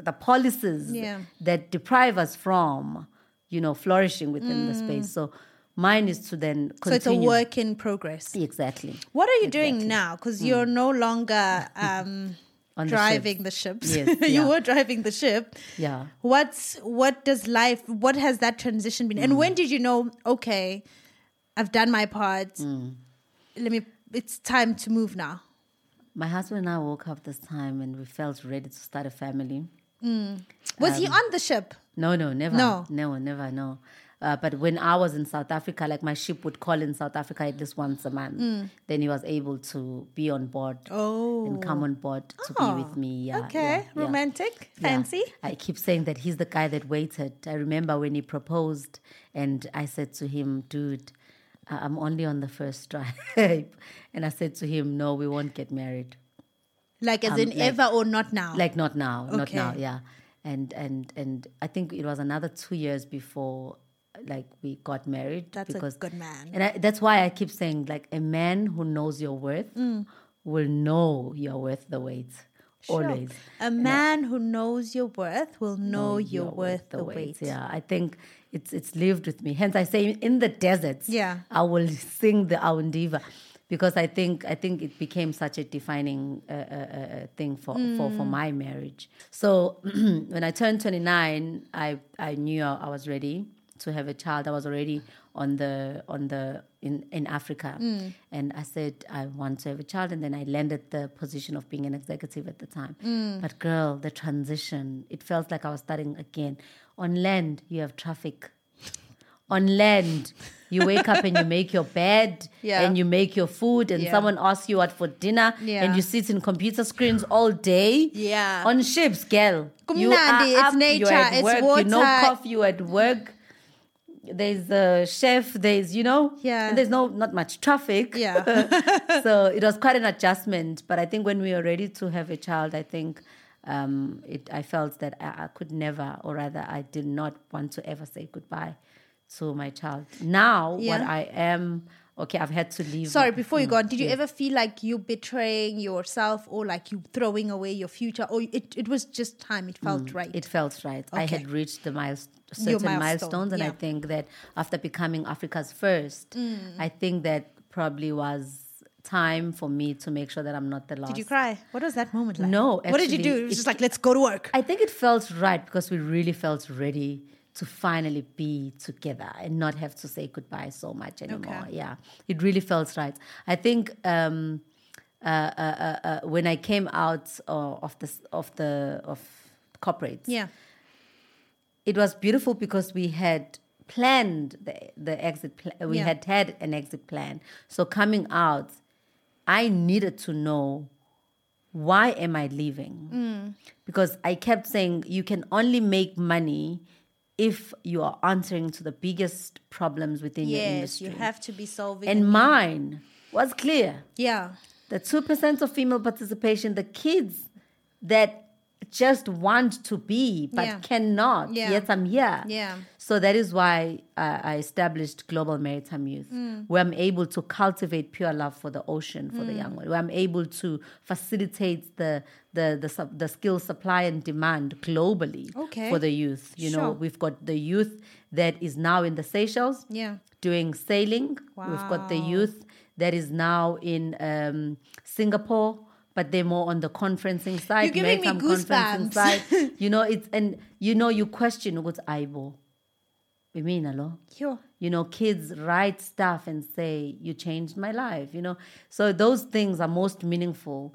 Speaker 1: the policies
Speaker 2: Yeah.
Speaker 1: that deprive us from, you know, flourishing within the space. So mine is to then
Speaker 2: Mm. So
Speaker 1: continue.
Speaker 2: it's a work in progress.
Speaker 1: Exactly.
Speaker 2: What are you doing now? Because you're no longer um,
Speaker 1: On the
Speaker 2: driving the ships.
Speaker 1: Yes,
Speaker 2: you
Speaker 1: yeah.
Speaker 2: were driving the ship.
Speaker 1: Yeah.
Speaker 2: What's what does life? What has that transition been?
Speaker 1: Mm.
Speaker 2: And when did you know? Okay, I've done my part.
Speaker 1: Mm.
Speaker 2: Let me. It's time to move now.
Speaker 1: My husband and I woke up this time and we felt ready to start a family. Um,
Speaker 2: Was he on the ship?
Speaker 1: No, no, never.
Speaker 2: No.
Speaker 1: No, never, no. Uh, but when I was in South Africa, like my ship would call in South Africa at least once a month.
Speaker 2: Mm.
Speaker 1: Then he was able to be on board and come on board to be with me. Yeah,
Speaker 2: Oh. okay,
Speaker 1: uh, yeah, yeah.
Speaker 2: romantic,
Speaker 1: Yeah.
Speaker 2: fancy.
Speaker 1: I keep saying that he's the guy that waited. I remember when he proposed, and I said to him, dude, I- I'm only on the first tribe. and I said to him, no, we won't get married.
Speaker 2: Like as in ever or not now.
Speaker 1: Um, Like not now, not now,
Speaker 2: Okay.
Speaker 1: yeah. And and and I think it was another two years before, like we got married.
Speaker 2: That's a good man.
Speaker 1: And I, that's why I keep saying, like a man who knows your worth will know you're worth the wait.
Speaker 2: Mm. Sure.
Speaker 1: Always.
Speaker 2: A man who knows your worth will know, you're, worth the wait.
Speaker 1: Yeah, I think it's it's lived with me. Hence, I say in the deserts.
Speaker 2: Yeah.
Speaker 1: I will sing the Aundiva because I think I think it became such a defining uh, uh, uh, uh, thing for, for
Speaker 2: Mm.
Speaker 1: for my marriage. So when I turned twenty nine, I I knew I I was ready to have a child. I was already on the on the in in Africa,
Speaker 2: Mm.
Speaker 1: and I said I want to have a child, and then I landed the position of being an executive at the time.
Speaker 2: Mm.
Speaker 1: But girl, the transition it felt like I was starting again. On land, you have traffic on land. You wake up and you make your bed
Speaker 2: Yeah.
Speaker 1: and you make your food and
Speaker 2: Yeah.
Speaker 1: someone asks you out for dinner
Speaker 2: Yeah.
Speaker 1: and you sit in computer screens all day.
Speaker 2: Yeah.
Speaker 1: On ships, girl. You
Speaker 2: Kumnandi, it's
Speaker 1: are up,
Speaker 2: nature,
Speaker 1: you're at
Speaker 2: it's
Speaker 1: work, You know
Speaker 2: water.
Speaker 1: coffee, you at work. There's a chef, there's, you know,
Speaker 2: Yeah.
Speaker 1: and there's no not much traffic.
Speaker 2: Yeah.
Speaker 1: so it was quite an adjustment. But I think when we were ready to have a child, I think um, it, I felt that I, I could never, or rather, I did not want to ever say goodbye to my child. Now, what
Speaker 2: Yeah.
Speaker 1: I am, okay, I've had to leave.
Speaker 2: Sorry, before you go on, did you
Speaker 1: Mm.
Speaker 2: ever feel like you betraying yourself or like you throwing away your future? Or it, it was just time, it felt right.
Speaker 1: Mm, It felt right. I
Speaker 2: Okay.
Speaker 1: had reached the miles,
Speaker 2: Your
Speaker 1: certain
Speaker 2: milestone,
Speaker 1: milestones, and I
Speaker 2: yeah. Mm.
Speaker 1: think that after becoming Africa's first, I think that probably was time for me to make sure that I'm not the last.
Speaker 2: did you cry? What was that moment like?
Speaker 1: No,
Speaker 2: what did you do?
Speaker 1: actually,
Speaker 2: It was
Speaker 1: it-
Speaker 2: just like, let's go to work.
Speaker 1: I think it felt right because we really felt ready to finally be together and not have to say goodbye so much anymore.
Speaker 2: Okay.
Speaker 1: Yeah, it really felt right. I think um, uh, uh, uh, uh, when I came out uh, of the of the of corporates,
Speaker 2: yeah.
Speaker 1: it was beautiful because we had planned the, the exit pl- we
Speaker 2: Yeah.
Speaker 1: had had an exit plan so coming out i needed to know why am i leaving
Speaker 2: Mm.
Speaker 1: because i kept saying you can only make money if you are answering to the biggest problems within your
Speaker 2: Yes,
Speaker 1: industry
Speaker 2: you have to be solving.
Speaker 1: and mine was clear
Speaker 2: yeah.
Speaker 1: the 2% of female participation, the kids that just want to be but
Speaker 2: Yeah.
Speaker 1: cannot,
Speaker 2: Yeah.
Speaker 1: yet I'm here.
Speaker 2: Yeah.
Speaker 1: So that is why uh, I established Global Maritime Youth,
Speaker 2: Mm.
Speaker 1: where I'm able to cultivate pure love for the ocean for the young one, where I'm able to facilitate the the the, sup- the skill supply and demand globally
Speaker 2: Okay.
Speaker 1: for the youth. You know,
Speaker 2: Sure.
Speaker 1: we've got the youth that is now in the Seychelles
Speaker 2: Yeah.
Speaker 1: doing sailing. We've got the
Speaker 2: Wow.
Speaker 1: youth that is now in um, Singapore, but they're more on the conferencing side.
Speaker 2: You're giving me
Speaker 1: maritime conferencing
Speaker 2: goosebumps.
Speaker 1: side. you know, it's and you know you question what's Aibo. You mean hello?
Speaker 2: Sure.
Speaker 1: You know, kids write stuff and say, You changed my life, you know. So those things are most meaningful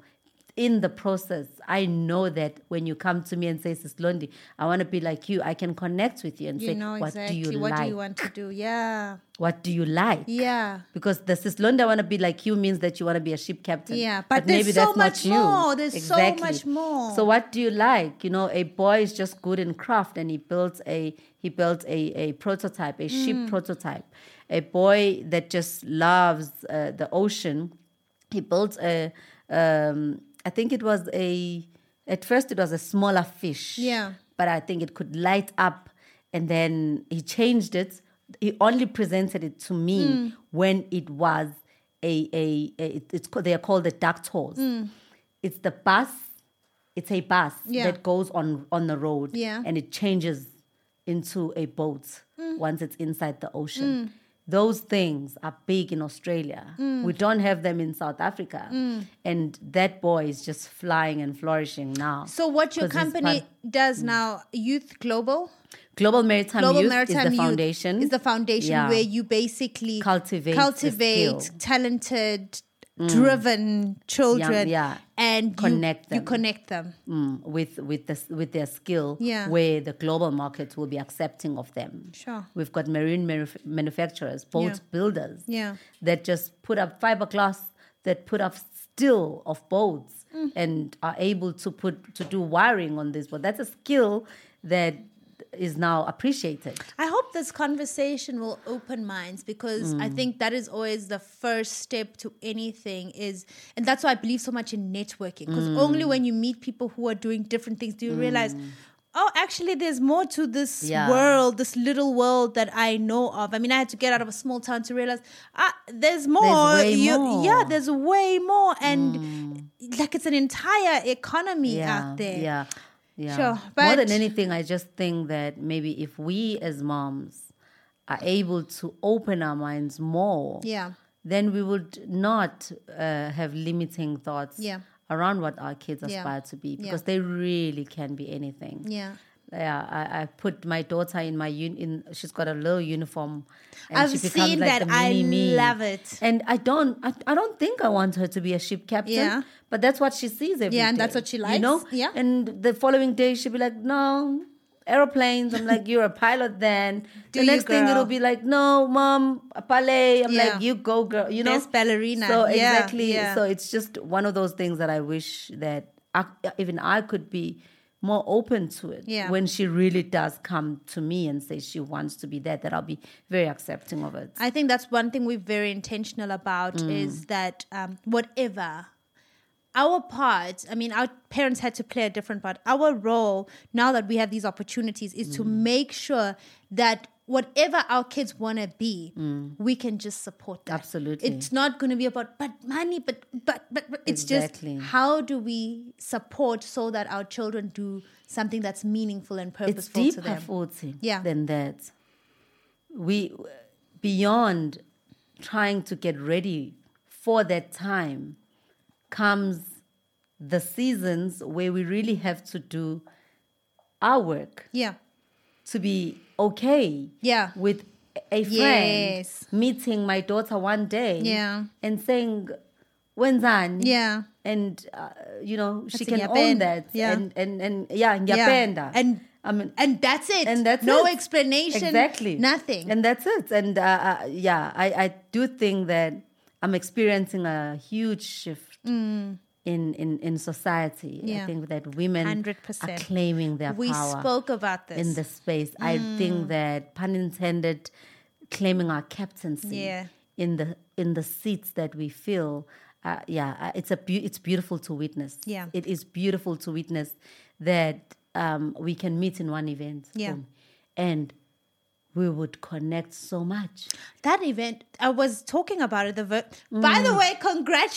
Speaker 1: in the process. I know that when you come to me and say, Sis Londi, I want to be like you, I can connect with you and
Speaker 2: You
Speaker 1: say,
Speaker 2: know
Speaker 1: What
Speaker 2: exactly
Speaker 1: do you
Speaker 2: what
Speaker 1: like?
Speaker 2: do you want to do. Yeah.
Speaker 1: What do you like?
Speaker 2: Yeah.
Speaker 1: Because the Sislonda want to be like you means that you want to be a ship captain.
Speaker 2: Yeah, but there's so much more. There's so much more.
Speaker 1: So what do you like? You know, a boy is just good in craft, and he built a he built a a prototype, a ship prototype. A boy that just loves uh, the ocean, he built a. Um, I think it was a. At first, it was a smaller fish.
Speaker 2: Yeah.
Speaker 1: But I think it could light up, and then he changed it. He only presented it to me when it was a a, a it, it's called, they are called the duck tours. It's the bus. It's a bus
Speaker 2: Yeah.
Speaker 1: that goes on on the road.
Speaker 2: Yeah. Mm.
Speaker 1: And it changes into a boat once it's inside the ocean. Those things are big in Australia.
Speaker 2: Mm.
Speaker 1: We don't have them in South Africa. And that boy is just flying and flourishing now.
Speaker 2: So what your
Speaker 1: 'Cause he's
Speaker 2: company
Speaker 1: part-
Speaker 2: does now, Youth Global,
Speaker 1: Global Maritime
Speaker 2: Global
Speaker 1: Youth
Speaker 2: Maritime
Speaker 1: is the
Speaker 2: Youth
Speaker 1: foundation.
Speaker 2: is the foundation
Speaker 1: Yeah.
Speaker 2: where you basically
Speaker 1: Cultivate the
Speaker 2: cultivate
Speaker 1: skill. Mm.
Speaker 2: talented driven children
Speaker 1: yeah.
Speaker 2: and you
Speaker 1: Connect
Speaker 2: you
Speaker 1: them.
Speaker 2: connect them
Speaker 1: mm, with with this with their skill
Speaker 2: Yeah.
Speaker 1: where the global market will be accepting of them.
Speaker 2: Sure.
Speaker 1: We've got marine manuf- manufacturers, boat
Speaker 2: Yeah.
Speaker 1: builders
Speaker 2: yeah
Speaker 1: that just put up fiberglass, that put up steel of boats
Speaker 2: Mm.
Speaker 1: and are able to put to do wiring on this. But that's a skill that is now appreciated.
Speaker 2: I hope this conversation will open minds because
Speaker 1: Mm.
Speaker 2: I think that is always the first step to anything is and that's why I believe so much in networking because
Speaker 1: Mm.
Speaker 2: only when you meet people who are doing different things do you realize oh actually there's more to this
Speaker 1: Yeah.
Speaker 2: world this little world that I know of I mean I had to get out of a small town to realize ah there's more,
Speaker 1: way
Speaker 2: You-
Speaker 1: more. Mm.
Speaker 2: yeah there's way more and like it's an entire economy
Speaker 1: yeah,
Speaker 2: out there
Speaker 1: Yeah. Yeah.
Speaker 2: Sure,
Speaker 1: More
Speaker 2: but-
Speaker 1: than anything, I just think that maybe if we as moms are able to open our minds more,
Speaker 2: Yeah.
Speaker 1: then we would not uh, have limiting thoughts
Speaker 2: Yeah.
Speaker 1: around what our kids
Speaker 2: Yeah.
Speaker 1: aspire to be
Speaker 2: Yeah.
Speaker 1: because they really can be anything.
Speaker 2: yeah
Speaker 1: Yeah, I, I put my daughter in my un, in. She's got a little uniform. And
Speaker 2: I've
Speaker 1: she becomes
Speaker 2: seen
Speaker 1: like
Speaker 2: that.
Speaker 1: a
Speaker 2: I
Speaker 1: mini me.
Speaker 2: love it.
Speaker 1: And I don't. I, I don't think I want her to be a ship captain.
Speaker 2: Yeah.
Speaker 1: But that's what she sees every day.
Speaker 2: Yeah, and that's what she likes.
Speaker 1: You know.
Speaker 2: Yeah.
Speaker 1: And the following day she'll be like, no. Aeroplanes. I'm like, you're a pilot. Then
Speaker 2: Do
Speaker 1: the
Speaker 2: you,
Speaker 1: next thing
Speaker 2: girl.
Speaker 1: it'll be like, no, mom, a ballet. I'm
Speaker 2: Yeah.
Speaker 1: like, you go, girl. You know,
Speaker 2: Best ballerina.
Speaker 1: So
Speaker 2: Yeah,
Speaker 1: exactly.
Speaker 2: yeah.
Speaker 1: So it's just one of those things that I wish that I, even I could be more open to it
Speaker 2: Yeah.
Speaker 1: when she really does come to me and say she wants to be that that i'll be very accepting of it
Speaker 2: I think that's one thing we're very intentional about
Speaker 1: Mm.
Speaker 2: is that um, whatever our part, I mean, our parents had to play a different part. Our role now that we have these opportunities is
Speaker 1: Mm.
Speaker 2: to make sure that whatever our kids want to be, we can just support that.
Speaker 1: Mm. Absolutely.
Speaker 2: It's not going to be about, but money, but, but, but, but it's
Speaker 1: Exactly.
Speaker 2: just how do we support so that our children do something that's meaningful and
Speaker 1: it's
Speaker 2: purposeful to
Speaker 1: deeper
Speaker 2: them?
Speaker 1: faulty
Speaker 2: Yeah.
Speaker 1: than that we beyond trying to get ready for that time comes the seasons where we really have to do our work
Speaker 2: yeah.
Speaker 1: to be okay
Speaker 2: Yeah.
Speaker 1: with a friend
Speaker 2: Yes.
Speaker 1: meeting my daughter one day
Speaker 2: Yeah.
Speaker 1: and saying wenzani
Speaker 2: Yeah.
Speaker 1: and uh, you know she
Speaker 2: That's
Speaker 1: can
Speaker 2: ngiyapenda.
Speaker 1: own that
Speaker 2: Yeah.
Speaker 1: and and and yeah ngiyapenda
Speaker 2: And-
Speaker 1: i mean
Speaker 2: and that's it.
Speaker 1: and that's
Speaker 2: no
Speaker 1: it.
Speaker 2: explanation.
Speaker 1: exactly
Speaker 2: Nothing.
Speaker 1: and that's it and uh, uh, yeah I, I do think that i'm experiencing a huge shift in, in in society
Speaker 2: Mm. Yeah.
Speaker 1: i think that women are
Speaker 2: 100%.
Speaker 1: claiming their
Speaker 2: we
Speaker 1: power
Speaker 2: spoke about this.
Speaker 1: in the space. I
Speaker 2: Mm.
Speaker 1: think that pun intended, claiming our captaincy
Speaker 2: Yeah.
Speaker 1: in the in the seats that we fill. Uh, yeah, uh, it's a beau it's beautiful to witness.
Speaker 2: Yeah.
Speaker 1: it is beautiful to witness that um, we can meet in one event.
Speaker 2: Yeah.
Speaker 1: boom, and we would connect so much.
Speaker 2: that event, I was talking about it. The ver- By
Speaker 1: Mm.
Speaker 2: the way,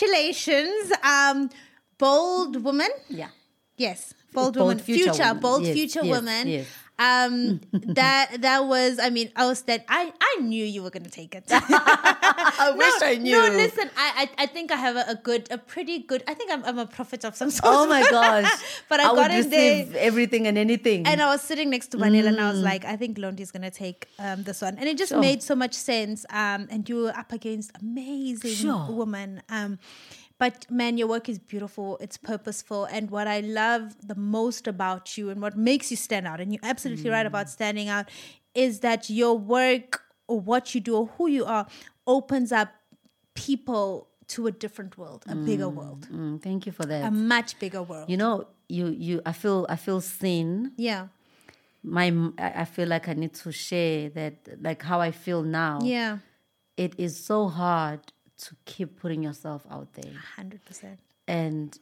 Speaker 2: congratulations, um, bold woman.
Speaker 1: Yeah,
Speaker 2: Yes, bold,
Speaker 1: Bold
Speaker 2: woman,
Speaker 1: future
Speaker 2: future,
Speaker 1: woman.
Speaker 2: bold
Speaker 1: Yes,
Speaker 2: future
Speaker 1: yes,
Speaker 2: woman.
Speaker 1: yes.
Speaker 2: Um, that that was. I mean, I was that. I I knew you were going to take it.
Speaker 1: I wish I knew.
Speaker 2: No, listen, I, I I think I have a, a good, a pretty good. I think I'm, I'm a prophet of some sort.
Speaker 1: Oh my gosh!
Speaker 2: But I
Speaker 1: would
Speaker 2: got in there-
Speaker 1: receive everything and anything.
Speaker 2: And I was sitting next to Vanilla and I was like, I think Londi's going to take um, this one. And it just
Speaker 1: Mm. Sure.
Speaker 2: made so much sense. Um, and you were up against amazing
Speaker 1: Sure.
Speaker 2: woman. Um, but man, your work is beautiful. It's purposeful. And what I love the most about you and what makes you stand out, and you're absolutely right
Speaker 1: Mm.
Speaker 2: about standing out, is that your work or what you do or who you are opens up people to a different world, a bigger world,
Speaker 1: Mm, thank you for that.
Speaker 2: a much bigger world.
Speaker 1: you know, you you. I feel I feel seen.
Speaker 2: Yeah.
Speaker 1: my m- I I feel like I need to share that like how I feel now.
Speaker 2: Yeah.
Speaker 1: It is so hard to keep putting yourself out there
Speaker 2: 100%.
Speaker 1: and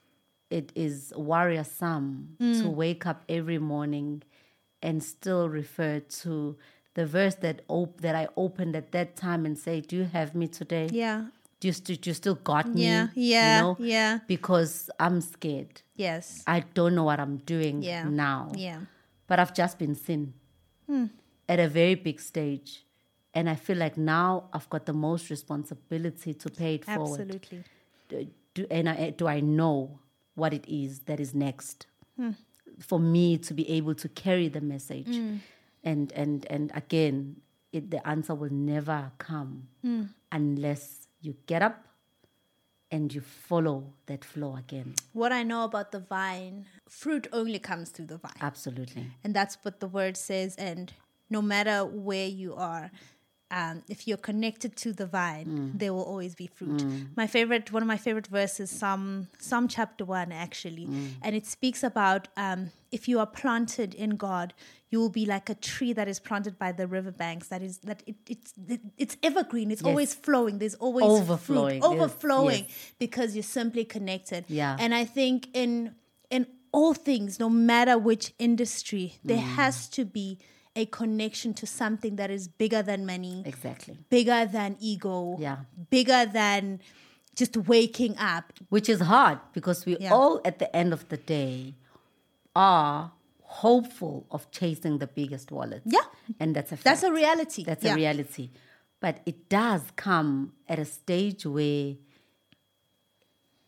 Speaker 1: it is worrisome
Speaker 2: Mm.
Speaker 1: to wake up every morning and still refer to the verse that op- that I opened at that time and say, "Do you have me today?
Speaker 2: Yeah.
Speaker 1: Do you, st- do you still got me?
Speaker 2: Yeah, yeah,
Speaker 1: you know?
Speaker 2: yeah.
Speaker 1: Because I'm scared.
Speaker 2: Yes.
Speaker 1: I don't know what I'm doing
Speaker 2: Yeah.
Speaker 1: now.
Speaker 2: Yeah.
Speaker 1: but I've just been seen at a very big stage. And I feel like now I've got the most responsibility to pay it forward.
Speaker 2: Absolutely.
Speaker 1: Do, do- and I, do I know what it is that is next for me to be able to carry the message? And, and, and again, it, the answer will never come unless you get up and you follow that flow again.
Speaker 2: What I know about the vine, fruit only comes through the vine.
Speaker 1: Absolutely.
Speaker 2: And that's what the word says. And no matter where you are, um, if you're connected to the vine,
Speaker 1: Mm.
Speaker 2: there will always be fruit. My favorite, one of my favorite verses, Psalm, Psalm chapter one, actually,
Speaker 1: Mm.
Speaker 2: and it speaks about um, if you are planted in God, you will be like a tree that is planted by the riverbanks. That is that it, it's it's evergreen. It's always flowing. There's always fruit,
Speaker 1: Overflowing. Yes,
Speaker 2: overflowing because you're simply connected.
Speaker 1: Yeah.
Speaker 2: And I think in in all things, no matter which industry, there
Speaker 1: Mm.
Speaker 2: has to be a connection to something that is bigger than money,
Speaker 1: Exactly.
Speaker 2: bigger than ego,
Speaker 1: Yeah.
Speaker 2: bigger than just waking up.
Speaker 1: Which is hard because we
Speaker 2: Yeah.
Speaker 1: all, at the end of the day, are hopeful of chasing the biggest wallet.
Speaker 2: Yeah.
Speaker 1: And that's a fact.
Speaker 2: That's a reality.
Speaker 1: That's
Speaker 2: Yeah.
Speaker 1: a reality. But it does come at a stage where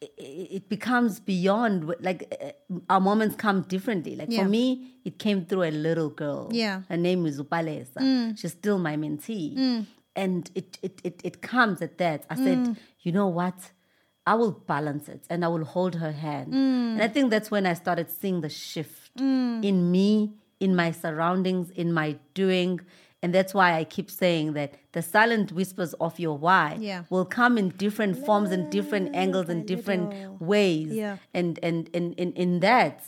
Speaker 1: i- i- it becomes beyond, wh- like uh, our moments come differently. Like
Speaker 2: Yeah.
Speaker 1: for me, it came through a little girl.
Speaker 2: Yeah.
Speaker 1: Her name is Upalesa.
Speaker 2: Mm.
Speaker 1: She's still my mentee. And it, it, it, it comes at that. I
Speaker 2: Mm.
Speaker 1: said, you know what? I will balance it and I will hold her hand.
Speaker 2: Mm.
Speaker 1: And I think that's when I started seeing the shift in me, in my surroundings, in my doing. And that's why I keep saying that the silent whispers of your why
Speaker 2: Yeah.
Speaker 1: will come in different forms and different angles and different
Speaker 2: little.
Speaker 1: ways.
Speaker 2: Yeah.
Speaker 1: And and in in, in that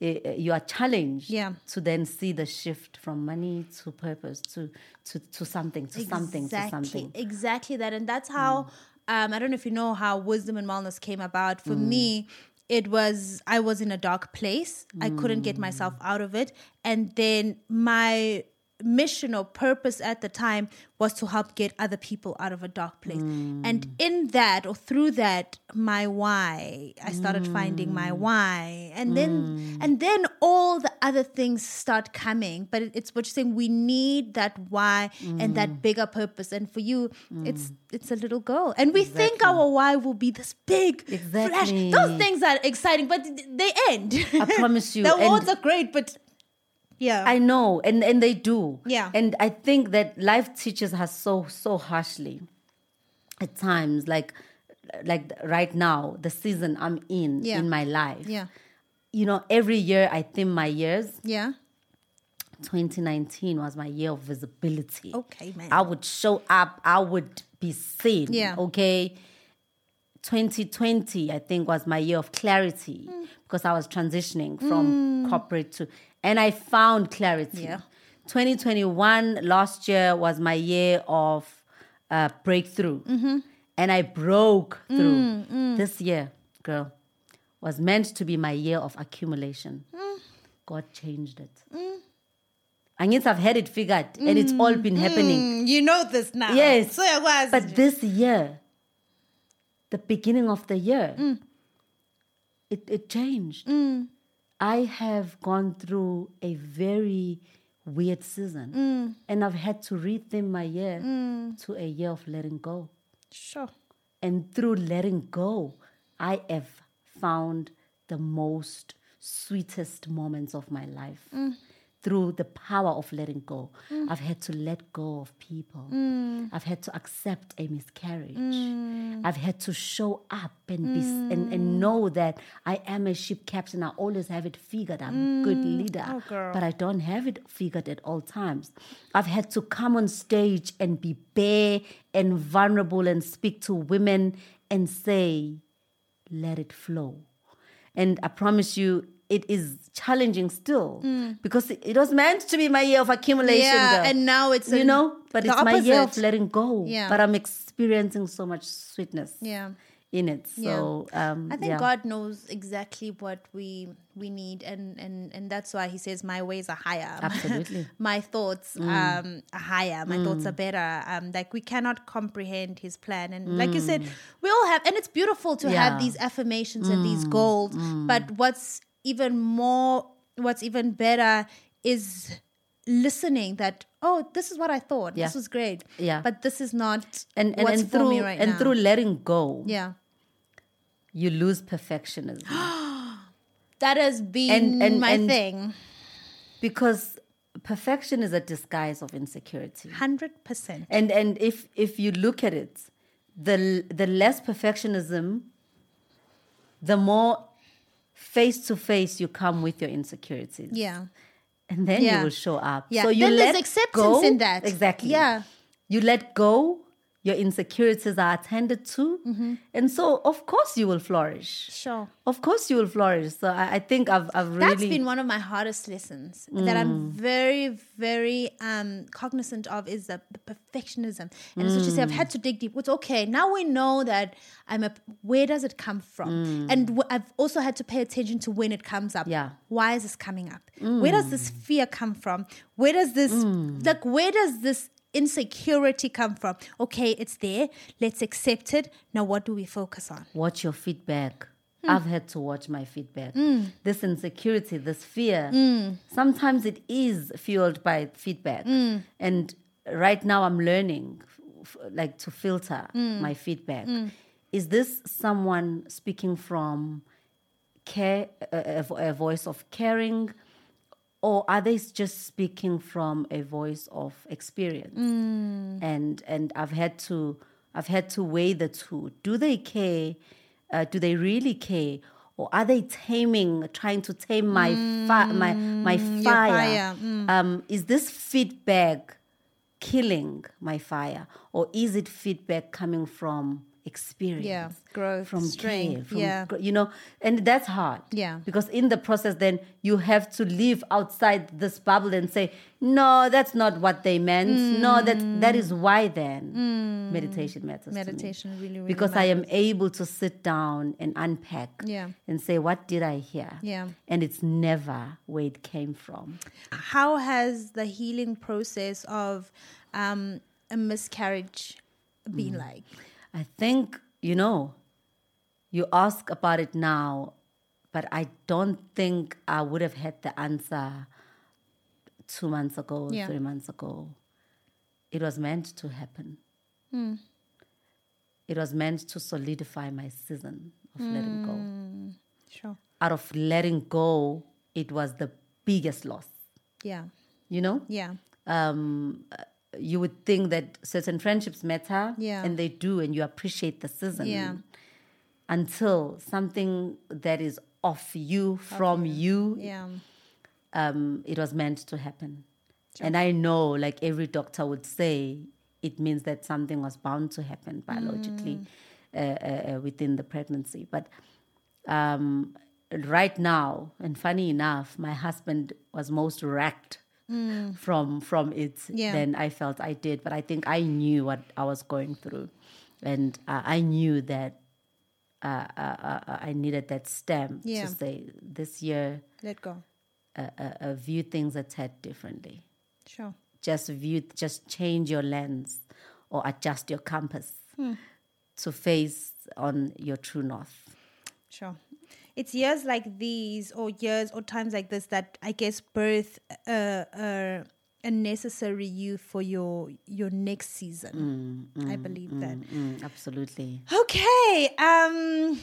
Speaker 1: eh, eh, you are challenged
Speaker 2: Yeah.
Speaker 1: to then see the shift from money to purpose to to, to something to something to something. Mm.
Speaker 2: Exactly that. And that's how um, I don't know if you know how wisdom and wellness came about. For me, it was I was in a dark place. I couldn't get myself
Speaker 1: Mm.
Speaker 2: out of it. And then my mission or purpose at the time was to help get other people out of a dark place. And
Speaker 1: Mm.
Speaker 2: in that or through that, my why. I started finding my
Speaker 1: Mm.
Speaker 2: why. And then and then all the other things start coming. But it- it's what you're saying, we need that why and
Speaker 1: Mm.
Speaker 2: that bigger purpose. And for you, it's it's a little girl. And we think our why will be this big flash.
Speaker 1: Exactly.
Speaker 2: Those things are exciting, but they end.
Speaker 1: I promise you,
Speaker 2: the
Speaker 1: and-
Speaker 2: awards are great, but yeah.
Speaker 1: I know, and and they do.
Speaker 2: Yeah.
Speaker 1: And I think that life teaches us so so harshly at times, like like right now, the season I'm in
Speaker 2: Yeah.
Speaker 1: in my life.
Speaker 2: yeah.
Speaker 1: You know, every year I think my years.
Speaker 2: Yeah.
Speaker 1: 2019 was my year of visibility.
Speaker 2: Okay, man.
Speaker 1: I would show up. I would be seen.
Speaker 2: Yeah.
Speaker 1: Okay. 2020, I think, was my year of clarity
Speaker 2: Mm.
Speaker 1: because I was transitioning from corporate to, and I found clarity.
Speaker 2: Yeah.
Speaker 1: 2021, last year, was my year of uh, breakthrough.
Speaker 2: Mm-hmm.
Speaker 1: And I broke through.
Speaker 2: Mm,
Speaker 1: This year, girl, was meant to be my year of accumulation.
Speaker 2: Mm.
Speaker 1: God changed it. And yet I've had it figured, and it's all been happening.
Speaker 2: Mm, you know this now.
Speaker 1: Yes.
Speaker 2: So it was.
Speaker 1: But this year, the beginning of the year, it, it changed. I have gone through a very weird season and I've had to rethink my year to a year of letting go.
Speaker 2: sure.
Speaker 1: And through letting go, I have found the most sweetest moments of my life. Through the power of letting go, I've had to let go of people. I've had to accept a miscarriage. I've had to show up and be s- and,
Speaker 2: Mm.
Speaker 1: and know that I am a ship captain. I always have it figured. I'm a good leader,
Speaker 2: Oh, girl.
Speaker 1: but I don't have it figured at all times. I've had to come on stage and be bare and vulnerable and speak to women and say, let it flow. And I promise you, it is challenging still because it it was meant to be my year of accumulation.
Speaker 2: Mm. Yeah,
Speaker 1: girl.
Speaker 2: and now it's
Speaker 1: you
Speaker 2: an-
Speaker 1: know, but
Speaker 2: the
Speaker 1: it's my year of
Speaker 2: opposite.
Speaker 1: letting go.
Speaker 2: Yeah.
Speaker 1: But I'm experiencing so much sweetness
Speaker 2: Yeah.
Speaker 1: in it.
Speaker 2: Yeah.
Speaker 1: So um,
Speaker 2: I think
Speaker 1: yeah.
Speaker 2: God knows exactly what we we need, and and and that's why He says, "My ways are higher.
Speaker 1: Absolutely. Mm.
Speaker 2: My thoughts um, are higher. My thoughts are better." Um, like we cannot comprehend His plan, and like you said, we all have, and it's beautiful to have
Speaker 1: Mm. Yeah. Mm.
Speaker 2: these affirmations and these goals. But what's even more, what's even better is listening. That oh, this is what I thought. This
Speaker 1: Yeah.
Speaker 2: was great.
Speaker 1: Yeah.
Speaker 2: but this is not
Speaker 1: and and,
Speaker 2: what's
Speaker 1: and
Speaker 2: for
Speaker 1: through
Speaker 2: me right
Speaker 1: and
Speaker 2: now.
Speaker 1: through letting go,
Speaker 2: yeah.
Speaker 1: you lose perfectionism.
Speaker 2: That has been
Speaker 1: And- and-
Speaker 2: my
Speaker 1: and-
Speaker 2: thing.
Speaker 1: because perfection is a disguise of insecurity
Speaker 2: Hundred percent.
Speaker 1: and and if if you look at it the the less perfectionism, the more face to face you come with your insecurities,
Speaker 2: Yeah.
Speaker 1: and then
Speaker 2: Yeah.
Speaker 1: you will show up.
Speaker 2: Yeah.
Speaker 1: So you
Speaker 2: Then
Speaker 1: let
Speaker 2: there's acceptance
Speaker 1: go-
Speaker 2: in that.
Speaker 1: exactly.
Speaker 2: Yeah.
Speaker 1: you let go. Your insecurities are attended to,
Speaker 2: Mm-hmm.
Speaker 1: and so of course you will flourish.
Speaker 2: Sure.
Speaker 1: Of course you will flourish. So I, I think I've I've really Mm.
Speaker 2: That's been one of my hardest lessons that I'm very, very um, cognizant of is the, the perfectionism. And so she said, I've
Speaker 1: Mm.
Speaker 2: had to dig deep. It's okay. Now we know that I'm a, where does it come from? And w- I've also had to pay attention to when it comes up.
Speaker 1: Mm. Yeah. Mm.
Speaker 2: Why is this coming up? Where does this fear come from? Where does this, like, where does this insecurity come from? Okay, it's there. Let's accept it. Now, what do we focus on?
Speaker 1: watch your feedback.
Speaker 2: Hmm.
Speaker 1: I've had to watch my feedback. This insecurity, this fear,
Speaker 2: Hmm.
Speaker 1: sometimes it is fueled by feedback.
Speaker 2: Hmm.
Speaker 1: And right now I'm learning f- like to filter
Speaker 2: Hmm.
Speaker 1: my feedback. Is this someone speaking from care a, a vo- a voice of caring or are they just speaking from a voice of experience?
Speaker 2: Mm.
Speaker 1: and and I've had to I've had to weigh the two. Do they care? Uh, do they really care, or are they taming, trying to tame my fi- my my fire?
Speaker 2: Mm. fire, Mm.
Speaker 1: Um, is this feedback killing my fire, or is it feedback coming from experience?
Speaker 2: Yeah, growth,
Speaker 1: from care,
Speaker 2: strength,
Speaker 1: from
Speaker 2: yeah.
Speaker 1: gr- you know, and that's hard.
Speaker 2: Yeah.
Speaker 1: because in the process, then you have to live outside this bubble and say, no, that's not what they meant. No,
Speaker 2: Mm.
Speaker 1: that that is why. Then meditation matters. to me.
Speaker 2: Meditation really, really
Speaker 1: because I am able to sit down and unpack.
Speaker 2: Yeah.
Speaker 1: and say, what did I hear?
Speaker 2: Yeah.
Speaker 1: and it's never where it came from.
Speaker 2: how has the healing process of um, a miscarriage been
Speaker 1: Mm.
Speaker 2: like?
Speaker 1: I think, you know, you ask about it now, but I don't think I would have had the answer two months ago,
Speaker 2: Yeah.
Speaker 1: three months ago. It was meant to happen. It was meant to solidify my season of letting go.
Speaker 2: Sure.
Speaker 1: Out of letting go, it was the biggest loss,
Speaker 2: Yeah.
Speaker 1: you know?
Speaker 2: Yeah.
Speaker 1: um, uh, you would think that certain friendships matter,
Speaker 2: Yeah.
Speaker 1: and they do, and you appreciate the season,
Speaker 2: Yeah.
Speaker 1: until something that is off you, from you,
Speaker 2: Yeah.
Speaker 1: um, it was meant to happen. And I know, like every doctor would say, it means that something was bound to happen biologically
Speaker 2: Mm.
Speaker 1: uh, uh, uh, within the pregnancy. But um, right now, and funny enough, my husband was most wrecked from from it
Speaker 2: Mm. Yeah.
Speaker 1: than I felt I did. But I think I knew what I was going through, and uh, I knew that uh, uh, uh, uh, I needed that stem
Speaker 2: Yeah.
Speaker 1: to say this year
Speaker 2: Let go.
Speaker 1: uh, uh, uh, view things a tad differently.
Speaker 2: Sure.
Speaker 1: Just view, just change your lens or adjust your compass to face on your true north.
Speaker 2: Sure. It's years like these, or years or times like this, that I guess birth uh, uh, a necessary you for your your next season. I believe that.
Speaker 1: Mm, absolutely.
Speaker 2: Okay. Um,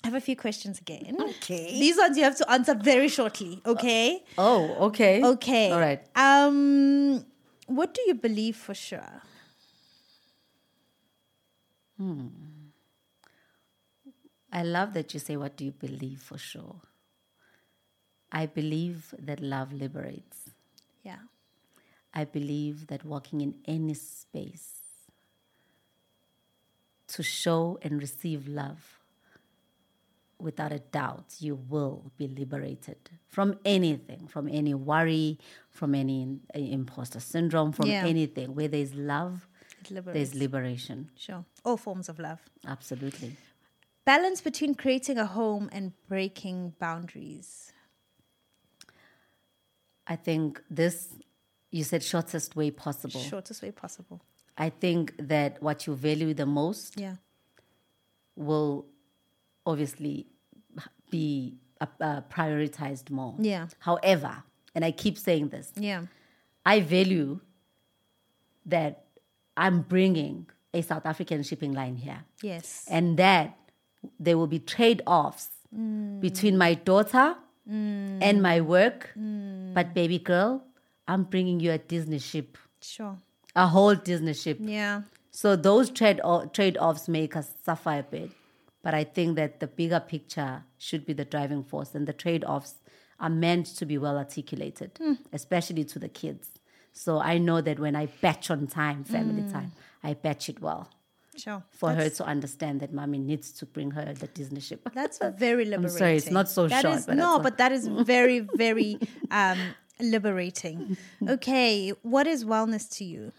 Speaker 2: I have a few questions again.
Speaker 1: Okay.
Speaker 2: These ones you have to answer very shortly. Okay.
Speaker 1: Oh, okay.
Speaker 2: Okay.
Speaker 1: All right.
Speaker 2: Um, what do you believe for sure?
Speaker 1: I love that you say, What do you believe for sure? I believe that love liberates.
Speaker 2: Yeah.
Speaker 1: I believe that walking in any space to show and receive love, without a doubt, you will be liberated from anything, from any worry, from any in- uh, imposter syndrome, from
Speaker 2: Yeah.
Speaker 1: anything. Where there's love,
Speaker 2: It liberates.
Speaker 1: there's liberation.
Speaker 2: Sure. All forms of love.
Speaker 1: Absolutely.
Speaker 2: Balance between creating a home and breaking boundaries.
Speaker 1: I think this, you said, shortest way possible.
Speaker 2: Shortest way possible.
Speaker 1: I think that what you value the most
Speaker 2: Yeah.
Speaker 1: will obviously be uh, uh, prioritized more.
Speaker 2: Yeah.
Speaker 1: However, and I keep saying this,
Speaker 2: Yeah.
Speaker 1: I value that I'm bringing a South African shipping line here,
Speaker 2: Yes.
Speaker 1: and that there will be trade offs between my daughter and my work. But, baby girl, I'm bringing you a Disney ship,
Speaker 2: Sure.
Speaker 1: a whole Disney ship
Speaker 2: Yeah.
Speaker 1: So those trade trade offs make us suffer a bit, but I think that the bigger picture should be the driving force, and the trade offs are meant to be well articulated, especially to the kids. So I know that when I batch on time, family time, I batch it well
Speaker 2: Sure.
Speaker 1: for
Speaker 2: That's-
Speaker 1: her to understand that mommy needs to bring her the Disney ship.
Speaker 2: That's very liberating.
Speaker 1: sorry, it's not so
Speaker 2: That
Speaker 1: short,
Speaker 2: is-
Speaker 1: but that's
Speaker 2: no,
Speaker 1: what-
Speaker 2: but that is very, very um, liberating. Okay, what is wellness to you?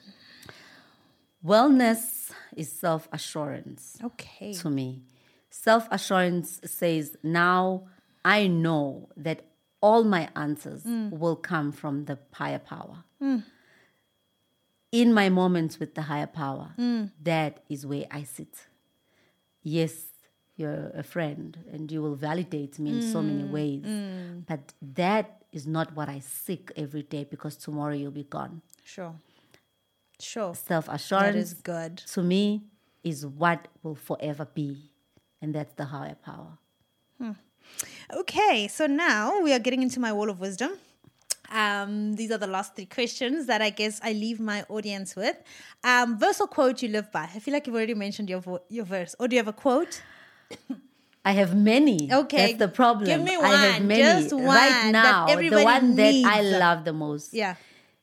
Speaker 1: Wellness is self assurance.
Speaker 2: Okay.
Speaker 1: to me. Self assurance says, now I know that all my answers will come from the higher power. In my moments with the higher power, that is where I sit. Yes, you're a friend and you will validate me in so many ways, but that is not what I seek every day because tomorrow you'll be gone.
Speaker 2: Sure. Sure.
Speaker 1: Self
Speaker 2: That
Speaker 1: assurance
Speaker 2: is good.
Speaker 1: to me is what will forever be and that's the higher power
Speaker 2: Okay, so now we are getting into my wall of wisdom. Um, these are the last three questions that I guess I leave my audience with. Um, verse or quote you live by? I feel like you've already mentioned your vo- your verse. Or do you have a quote?
Speaker 1: i have many
Speaker 2: Okay,
Speaker 1: that's the problem
Speaker 2: give me
Speaker 1: i have
Speaker 2: one,
Speaker 1: many
Speaker 2: just
Speaker 1: right
Speaker 2: one that
Speaker 1: now the
Speaker 2: everybody
Speaker 1: one
Speaker 2: needs.
Speaker 1: that i love the most
Speaker 2: Yeah.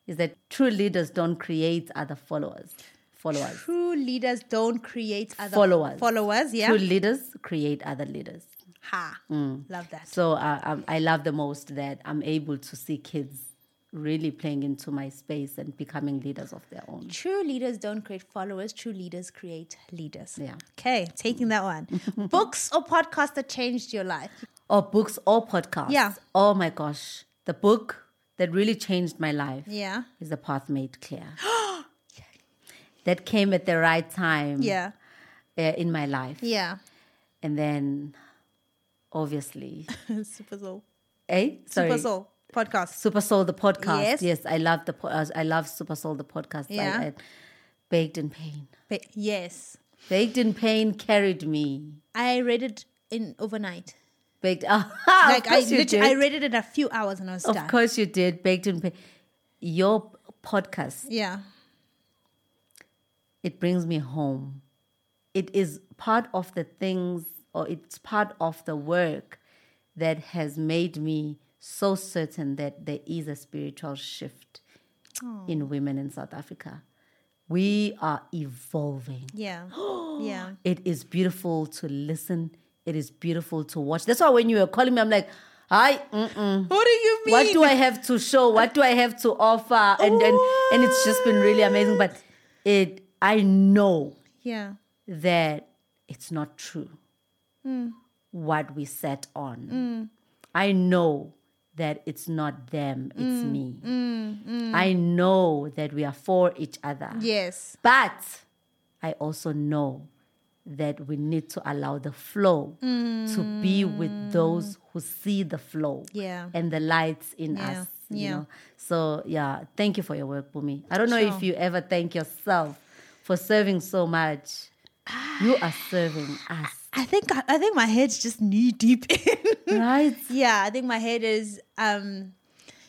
Speaker 1: is that true leaders don't create other followers followers
Speaker 2: True leaders don't create other
Speaker 1: Followers.
Speaker 2: Followers, yeah.
Speaker 1: true Mm. leaders create other leaders
Speaker 2: Ha. Love that.
Speaker 1: so uh, um, i love the most that i'm able to see kids really playing into my space and becoming leaders of their own
Speaker 2: True leaders don't create followers, true leaders create leaders.
Speaker 1: Yeah.
Speaker 2: Okay, taking that one. Books or podcasts that changed your life?
Speaker 1: or books or podcasts
Speaker 2: Yeah.
Speaker 1: oh my gosh the book that really changed my life
Speaker 2: Yeah.
Speaker 1: is the path made clear. that came at the right time
Speaker 2: Yeah.
Speaker 1: uh, in my life.
Speaker 2: Yeah.
Speaker 1: And then, obviously,
Speaker 2: Super Soul.
Speaker 1: eh? Sorry.
Speaker 2: Super Soul podcast.
Speaker 1: Super Soul, the podcast.
Speaker 2: Yes.
Speaker 1: Yes, I love the po- uh, I love Super Soul, the podcast.
Speaker 2: Yeah.
Speaker 1: I, I, Baked in Pain.
Speaker 2: Ba- yes.
Speaker 1: Baked in Pain carried me.
Speaker 2: I read it in overnight.
Speaker 1: Baked. Oh,
Speaker 2: Like
Speaker 1: of
Speaker 2: I
Speaker 1: course you
Speaker 2: literally,
Speaker 1: did.
Speaker 2: I read it in a few hours and I was
Speaker 1: of
Speaker 2: done.
Speaker 1: course you did. Baked in Pain. Your podcast
Speaker 2: Yeah.
Speaker 1: it brings me home. It is part of the things, or it's part of the work that has made me so certain that there is a spiritual shift in women in South Africa. We are evolving.
Speaker 2: Yeah. yeah.
Speaker 1: It is beautiful to listen. It is beautiful to watch. That's why when you were calling me, I'm like, hi, mm-mm.
Speaker 2: What do you mean?
Speaker 1: what do I have to show? What do I have to offer? And and, and it's just been really amazing. But it, I know
Speaker 2: yeah.
Speaker 1: that it's not true what we set on. I know that it's not them, it's me. I know that we are for each other.
Speaker 2: Yes.
Speaker 1: But I also know that we need to allow the flow to be with those who see the flow
Speaker 2: Mm. Yeah.
Speaker 1: and the lights in
Speaker 2: Yeah,
Speaker 1: us. You
Speaker 2: yeah.
Speaker 1: know? So yeah, thank you for your work, Bumi. I don't know
Speaker 2: Sure.
Speaker 1: if you ever thank yourself for serving so much. You are serving us,
Speaker 2: I think I, I think my head's just knee deep in.
Speaker 1: right?
Speaker 2: yeah, I think my head is um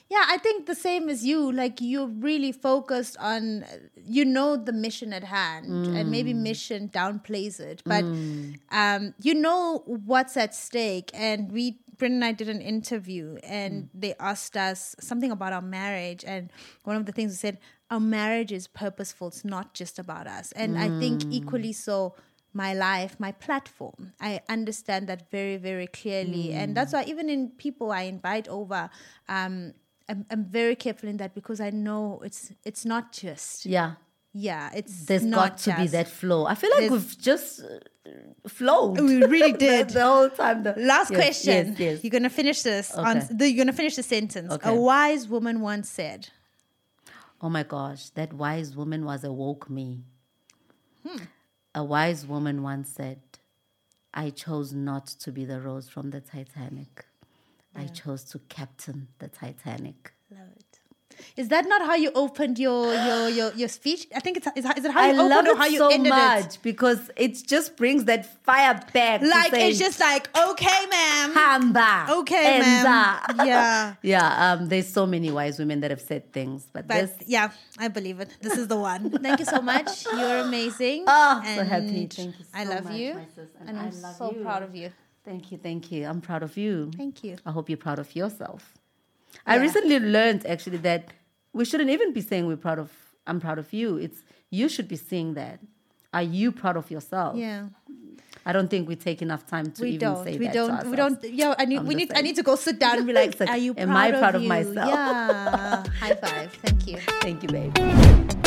Speaker 2: yeah, I think the same as you. Like you're really focused on you know the mission at hand and maybe mission downplays it, but um you know what's at stake and we Bryn and I did an interview and they asked us something about our marriage and one of the things we said our marriage is purposeful it's not just about us and I think equally so my life, my platform. I understand that very, very clearly. And that's why even in people I invite over, um, I'm, I'm very careful in that because I know it's it's not just
Speaker 1: Yeah,
Speaker 2: yeah, it's
Speaker 1: there's
Speaker 2: not
Speaker 1: got to be
Speaker 2: just.
Speaker 1: that flow. I feel like
Speaker 2: There's-
Speaker 1: we've just uh, flowed.
Speaker 2: We really
Speaker 1: The-
Speaker 2: did.
Speaker 1: the whole time. The,
Speaker 2: Last
Speaker 1: Yes,
Speaker 2: question.
Speaker 1: Yes, yes.
Speaker 2: You're gonna finish this. On,
Speaker 1: Okay.
Speaker 2: the, you're gonna finish the sentence.
Speaker 1: Okay.
Speaker 2: A wise woman once said,
Speaker 1: Oh my gosh, that wise woman was a woke me.
Speaker 2: Hmm.
Speaker 1: A wise woman once said, I chose not to be the rose from the Titanic. I chose to captain the Titanic.
Speaker 2: "Love it." Is that not how you opened your your your, your speech? I think it's is, is it how
Speaker 1: I
Speaker 2: you
Speaker 1: love
Speaker 2: opened or
Speaker 1: it
Speaker 2: how you
Speaker 1: so
Speaker 2: ended
Speaker 1: much
Speaker 2: it?
Speaker 1: because it just brings that fire back. to
Speaker 2: Like
Speaker 1: saying,
Speaker 2: it's just like okay, ma'am.
Speaker 1: Hamba.
Speaker 2: Okay, ma'am.
Speaker 1: Enza."
Speaker 2: Yeah.
Speaker 1: yeah. Um, there's so many wise women that have said things, but,
Speaker 2: But
Speaker 1: this.
Speaker 2: yeah, I believe it. This is the one. Thank you so much. You're amazing.
Speaker 1: Oh, so happy. Thank you
Speaker 2: I
Speaker 1: so
Speaker 2: love
Speaker 1: much,
Speaker 2: you.
Speaker 1: my sis, and
Speaker 2: and
Speaker 1: I
Speaker 2: I'm
Speaker 1: love
Speaker 2: so
Speaker 1: you.
Speaker 2: proud of you.
Speaker 1: Thank you, thank you. I'm proud of you.
Speaker 2: Thank you.
Speaker 1: I hope you're proud of yourself. I
Speaker 2: Yeah.
Speaker 1: recently learned actually that we shouldn't even be saying we're proud of. I'm proud of you. It's you should be saying that. Are you proud of yourself?
Speaker 2: Yeah.
Speaker 1: I don't think we take enough time Oh, to
Speaker 2: we
Speaker 1: even
Speaker 2: don't.
Speaker 1: say
Speaker 2: we
Speaker 1: that. to
Speaker 2: don't. We
Speaker 1: ourselves.
Speaker 2: don't. Yeah, I need.
Speaker 1: I'm
Speaker 2: we
Speaker 1: the
Speaker 2: need. I
Speaker 1: same.
Speaker 2: need to go sit down and be like,
Speaker 1: It's like,
Speaker 2: "Are you?
Speaker 1: am I proud of
Speaker 2: you?"
Speaker 1: myself?
Speaker 2: Yeah. High five. Thank you.
Speaker 1: Thank you, babe.